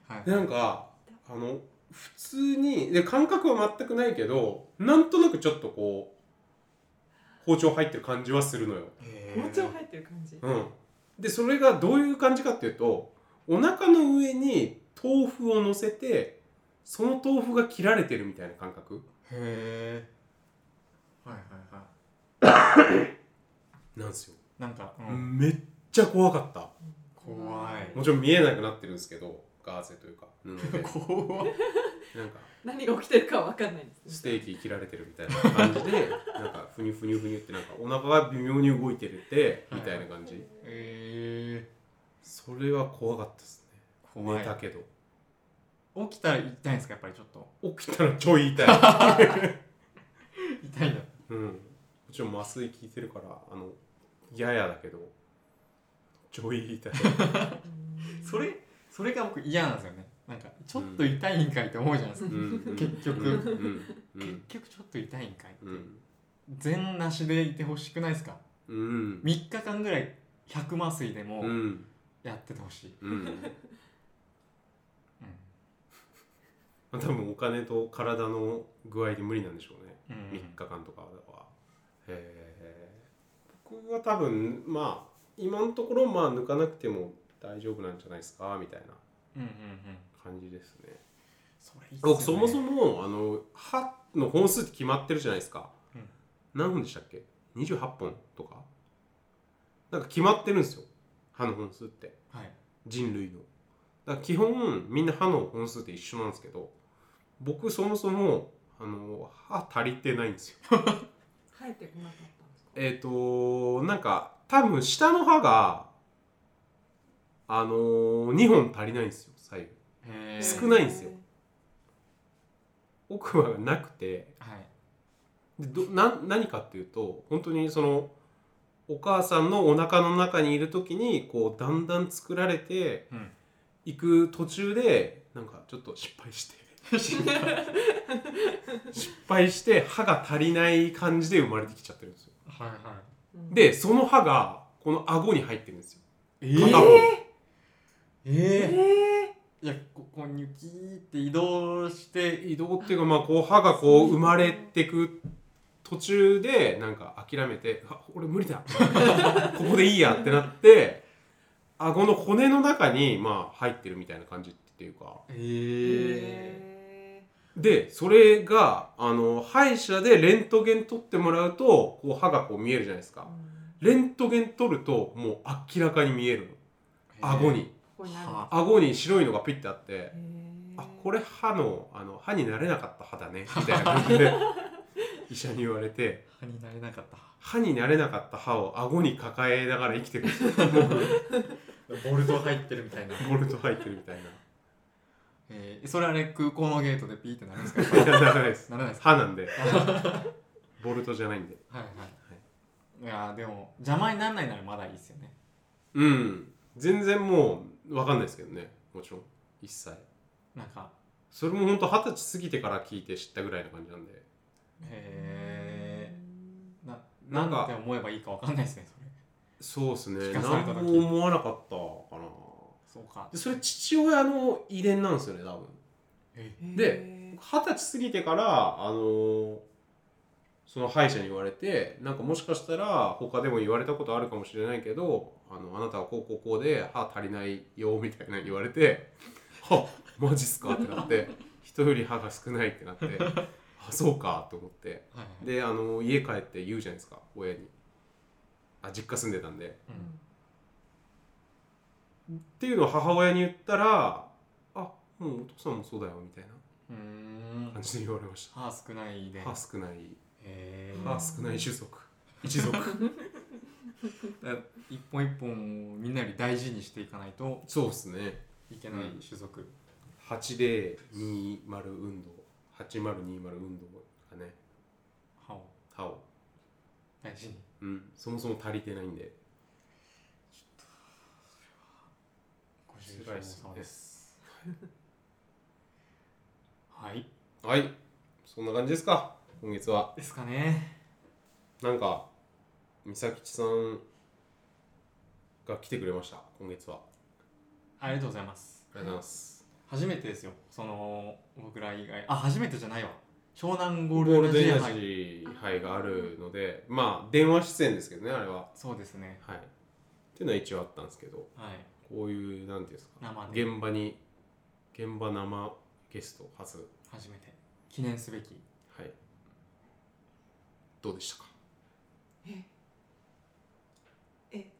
はいでなんかあの普通にで感覚は全くないけどなんとなくちょっとこ包丁入ってる感じはするのよ。包丁入ってる感じ、うん、でそれがどういう感じかっていうとお腹の上に豆腐を乗せてその豆腐が切られてるみたいな感覚へえはいはいはなんですよ、いなんか、うん、めっちゃ怖かった怖いもちろん見えなくなってるんですけどガーゼというか布で 怖 いなんか何が起きてるかわかんないですねステーキ切られてるみたいな感じでなんかふにゅふにゅふにゅってなんかお腹が微妙に動いてるってみたいな感じ、えそれは怖かったですねー、寝怖いたけど起きたら痛いんですかやっぱりちょっと起きたらちょい 痛い痛いんだうん、もちろん麻酔効いてるからあのややだけどちょい痛 いうんそれそれが僕嫌なんですよねなんかちょっと痛いんかいって思うじゃないですうか、んうん結局うんう結ん局ちょっと痛いんかいって、うん全なしでいてほしくないですかうん3日間ぐらい100麻酔でもうんやっててほしい、うんうまあ多分お金と体の具合で無理なんでしょうね、んうん三3日間とかはへー僕は多分まあ今のところまあ抜かなくても大丈夫なんじゃないですかみたいなうんうんうん感じですねそれいいっすよね僕そもそもあの歯の本数って決まってるじゃないですか、うん何本でしたっけ28本とかなんか決まってるんですよ歯の本数ってはい人類のだから基本みんな歯の本数って一緒なんですけど僕そもそもあの歯足りてないんですよ生えてこなかったんですかえっ、となんか多分下の歯があの2本足りないんですよ左右へー少ないんですよ奥歯がなくてはいでどな何かっていうと本当にそのお母さんのお腹の中にいる時にこうだんだん作られてうんいく途中でなんかちょっと失敗して失敗して歯が足りない感じで生まれてきちゃってるんですよはいはうんでその歯がこの顎に入ってるんですよい片方、ええー、ーいやここにキーって移動して移動っていうかまあこう歯がこう生まれてく途中でなんか諦めて「あ俺無理だ ここでいいや」ってなって顎の骨の中にまあ入ってるみたいな感じっていうかえええでそれがあの歯医者でレントゲン取ってもらうとこう歯がこう見えるじゃないですーかうんレントゲン取るともう明らかに見えるの顎にここにあるんだは顎に白いのがピッてあってへーあこれ歯のあの歯になれなかった歯だ ねみたいな感じで医者に言われて歯になれなかった歯になれなかった歯を顎に抱えながら生きてるんですよボルト入ってるみたいなボルト入ってるみたい なえー、それあれ空港のゲートでピーってなるんです かいやならないですならない ですか歯なんでボルトじゃないんではいはいいやーでも邪魔にならないならまだいいですよねうん全然もう分かんないですけどねもちろん一切なんかそれもほんと二十歳過ぎてから聞いて知ったぐらいな感じなんでへえなななんんかて思えばいいかわかんないですねそれそうですね聞何かされた時も思わなかったかなそうかでそれ父親の遺伝なんですよね多分えーで二十歳過ぎてからあのーその歯医者に言われてなんかもしかしたら他でも言われたことあるかもしれないけどあのあなたはこうこうこうで歯足りないよみたいなの言われて「はマジっすか?」ってなって人より歯が少ないってなって「あそうか」と思ってはいはいであの家帰って言うじゃないですか親にあ実家住んでたんでうんっていうのを母親に言ったら「あもうお父さんもそうだよ」みたいなうー感んじで言われました歯少ないで歯少ないえ歯ー、少ない種族一族だ一本一本をみんなより大事にしていかないとそうですねいけない種族、 8020運動8020運動がね歯を歯を、大事にうん、そもそも足りてないんでご愁辛いっす傷ね様ですはいはいそんな感じですか今月はですかねなんか美咲さんが来てくれました今月はありがとうございますありがとうございます初めてですよその僕ら以外あ初めてじゃないわ湘南ゴゴーールルデンデンエエナナジジーー配があるので、まあ電話出演ですけどねあれはそうですねはいっていうのは一応あったんですけどはいこういうなんていうんですか生で現場に現場生ゲスト初初めて記念すべきはいどうでしたかええ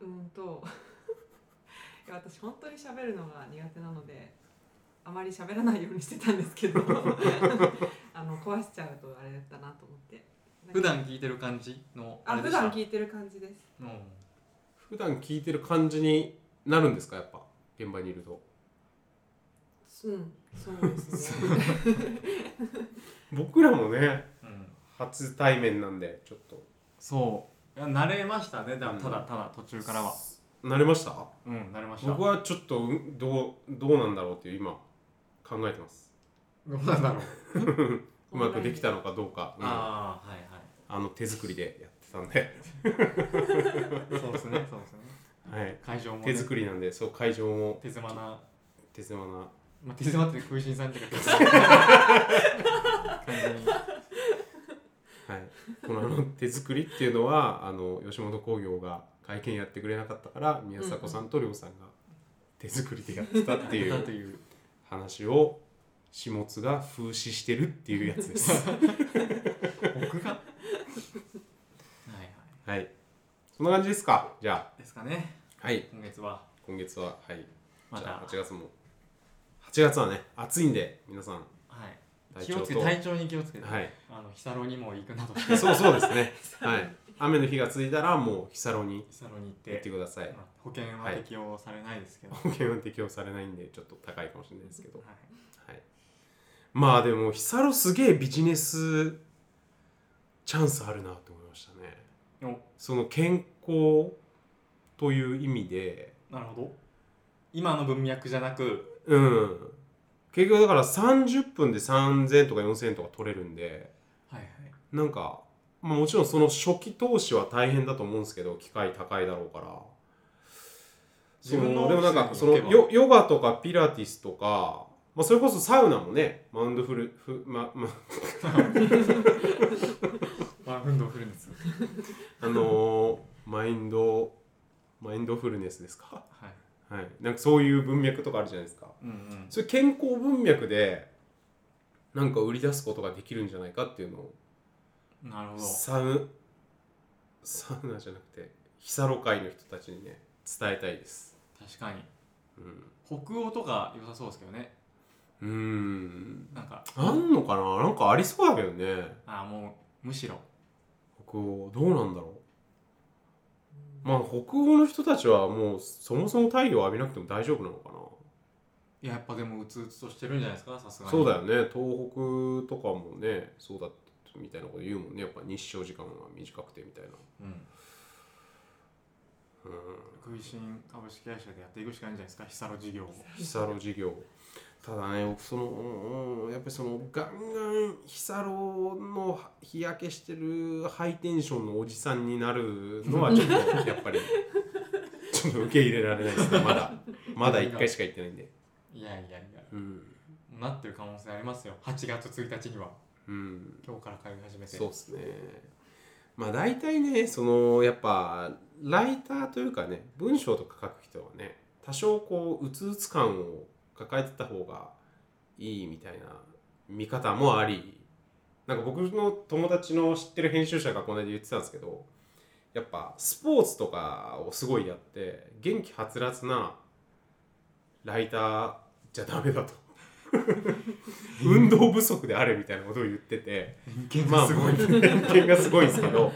うーんと いや私本当に喋るのが苦手なのであまり喋らないようにしてたんです けどあの壊しちゃうとあれだなと思って普段聞いてる感じのあれ普でした段聞いてる感じですうん普段聞いてる感じになるんですかやっぱ現場にいるとうんそうですね僕らもねうん初対面なんでちょっとそういや慣れましたねだうんただただ途中からは慣れましたうん慣れました僕はちょっとうんどうどうなんだろうっていう今考えてますどうなんだろう うまくできたのかどうか、うんあああはいはの手作りでやってたんで、いそうですねそうですねはい、会場もね手作りなんでそう会場も手狭な、ま手狭なあ、手狭って空心さんっていうか 完全にはい、このあの手作りっていうのはあの吉本興業が会見やってくれなかったから宮迫さんと亮さんが手作りでやってたっていだとういう話を始末が風刺してるっていうやつです。僕がはいははい、そんな感じですかじゃいですかねあ、はい、今月は今月は、はい、まじたゃあ8月も8月はね暑いんで皆さんはい体気調をとつけて体調に気をつけて、はいあのヒサロにも行くなどしてヒそうそうですね、はい、雨の日がついたらもう日サロにサロに行って行ってくださいまあ保険は適用されないですけど、保険は適用されないんでちょっと高いかもしれないですけどはいはい、まあでもヒサロすげえビジネスチャンスあるなって思いましたねでもその健康という意味でなるほど今の文脈じゃなくうん結局だから30分で3000とか4000とか取れるんではいはいなんか、まあ、もちろんその初期投資は大変だと思うんですけど機械高いだろうからそ自分ののでもなんかオフィスそにの行けばヨヨガとかピラティスとか、まあ、それこそサウナもねマウンドフルフ、まま、まあ運動振るんですよあのーマインドマインドフルネスですかはいはいなんかそういう文脈とかあるじゃないですかうんうんそれ健康文脈でなんか売り出すことができるんじゃないかっていうのをなるほどサウサウナじゃなくてヒサロ会の人たちにね伝えたいです確かにうん北欧とか良さそうですけどねうーんなんかあんのかななんかありそうだけどねああもうむしろ北欧どうなんだろうまあ北欧の人たちはもうそもそも太陽浴びなくても大丈夫なのかないややっぱでもうつうつとしてるんじゃないですかさすがにそうだよね東北とかもねそうだみたいなこと言うもんねやっぱ日照時間が短くてみたいなうんう食んいしん株式会社でやっていくしかないんじゃないですかヒサロ事業をヒサロ事業ただね僕その、うんうんやっぱりそのガンガンヒサロの日焼けしてるハイテンションのおじさんになるのはちょっ とやっぱりちょっと受け入れられないですねまだまだ1回しか行ってないんでいやいやいやうん、なってる可能性ありますよ8月1日にはうん、今日から通い始めてそうですねまあ大体ねそのやっぱライターというかね文章とか書く人はね多少こううつうつ感を抱えてた方がいいみたいな見方もありなんか僕の友達の知ってる編集者がこの間言ってたんですけどやっぱスポーツとかをすごいやって元気はつらつなライターじゃダメ だと運動不足であれみたいなことを言ってて人間まがあ、すごい、偏見がすごいんですけど、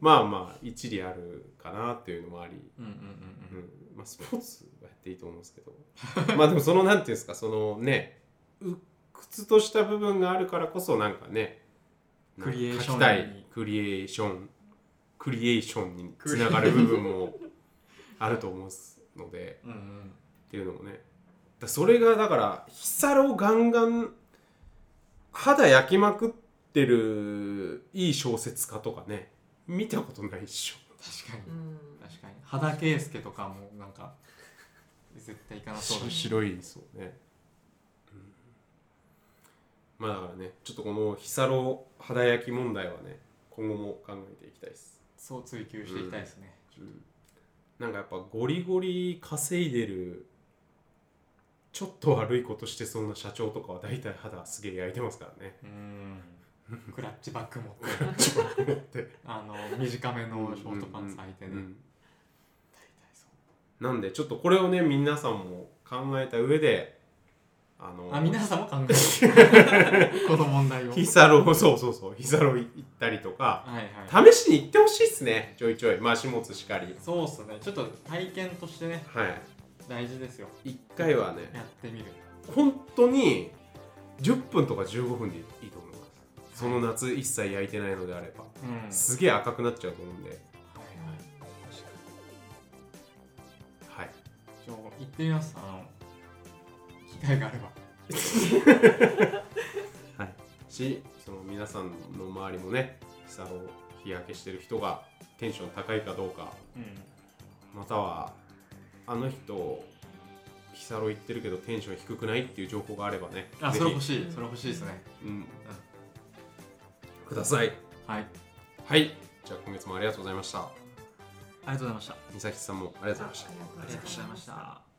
まあまあ、一理あるかなっていうのもあり、うんうんううんうんんまあ、スポーツはやっていいと思うんですけ ど、まあでも、その、なんていうんですか、そのね、鬱屈とした部分があるからこそ、なんかね、なんかクリエーション書きたいにクリエーション、クリエーションにつながる部分もあると思うので、うんうんっていうのもねだそれがだからヒサロガンガン肌焼きまくってるいい小説家とかね見たことないっし確かにうん確かに肌圭介とかもなんか絶対行かょなそうだし白いそうね、うんまあだからねちょっとこの日サロ肌焼き問題はね今後も考えていきたいです、そう追求していきたいですね、うん、なんかやっぱゴリゴリ稼いでるちょっと悪いことしてそうな社長とかは大体肌すげえ焼いてますからねうーんクラッチバック持って持ってあの短めのショートパンツ履いてね、うんう大ん体そうなんでちょっとこれをね皆さんも考えた上であのあ皆さんも考え るこの問題をはいヒサロそうそうそうヒサロ行ったりとかはい試しに行ってほしいっすねちょいちょいまあ始末しかりそうっすねちょっと体験としてねは大事ですよい一回はねやってみる本当に10分とか15分でいいと思いますその夏一切焼いてないのであればうんはいはいすげえ赤くなっちゃうと思うんではいちょ行ってみますあの機会があればしその皆さんの周りもねヒサロ日焼けしてる人がテンション高いかどうかうんまたはあの人ヒサロ行ってるけどテンション低くないっていう情報があればねあぜそれひ欲しいそれ欲しいですねうん、くださいはいはいじゃあ今月もありがとうございましたありがとうございました美咲さんもありがとうございましたありがとうございました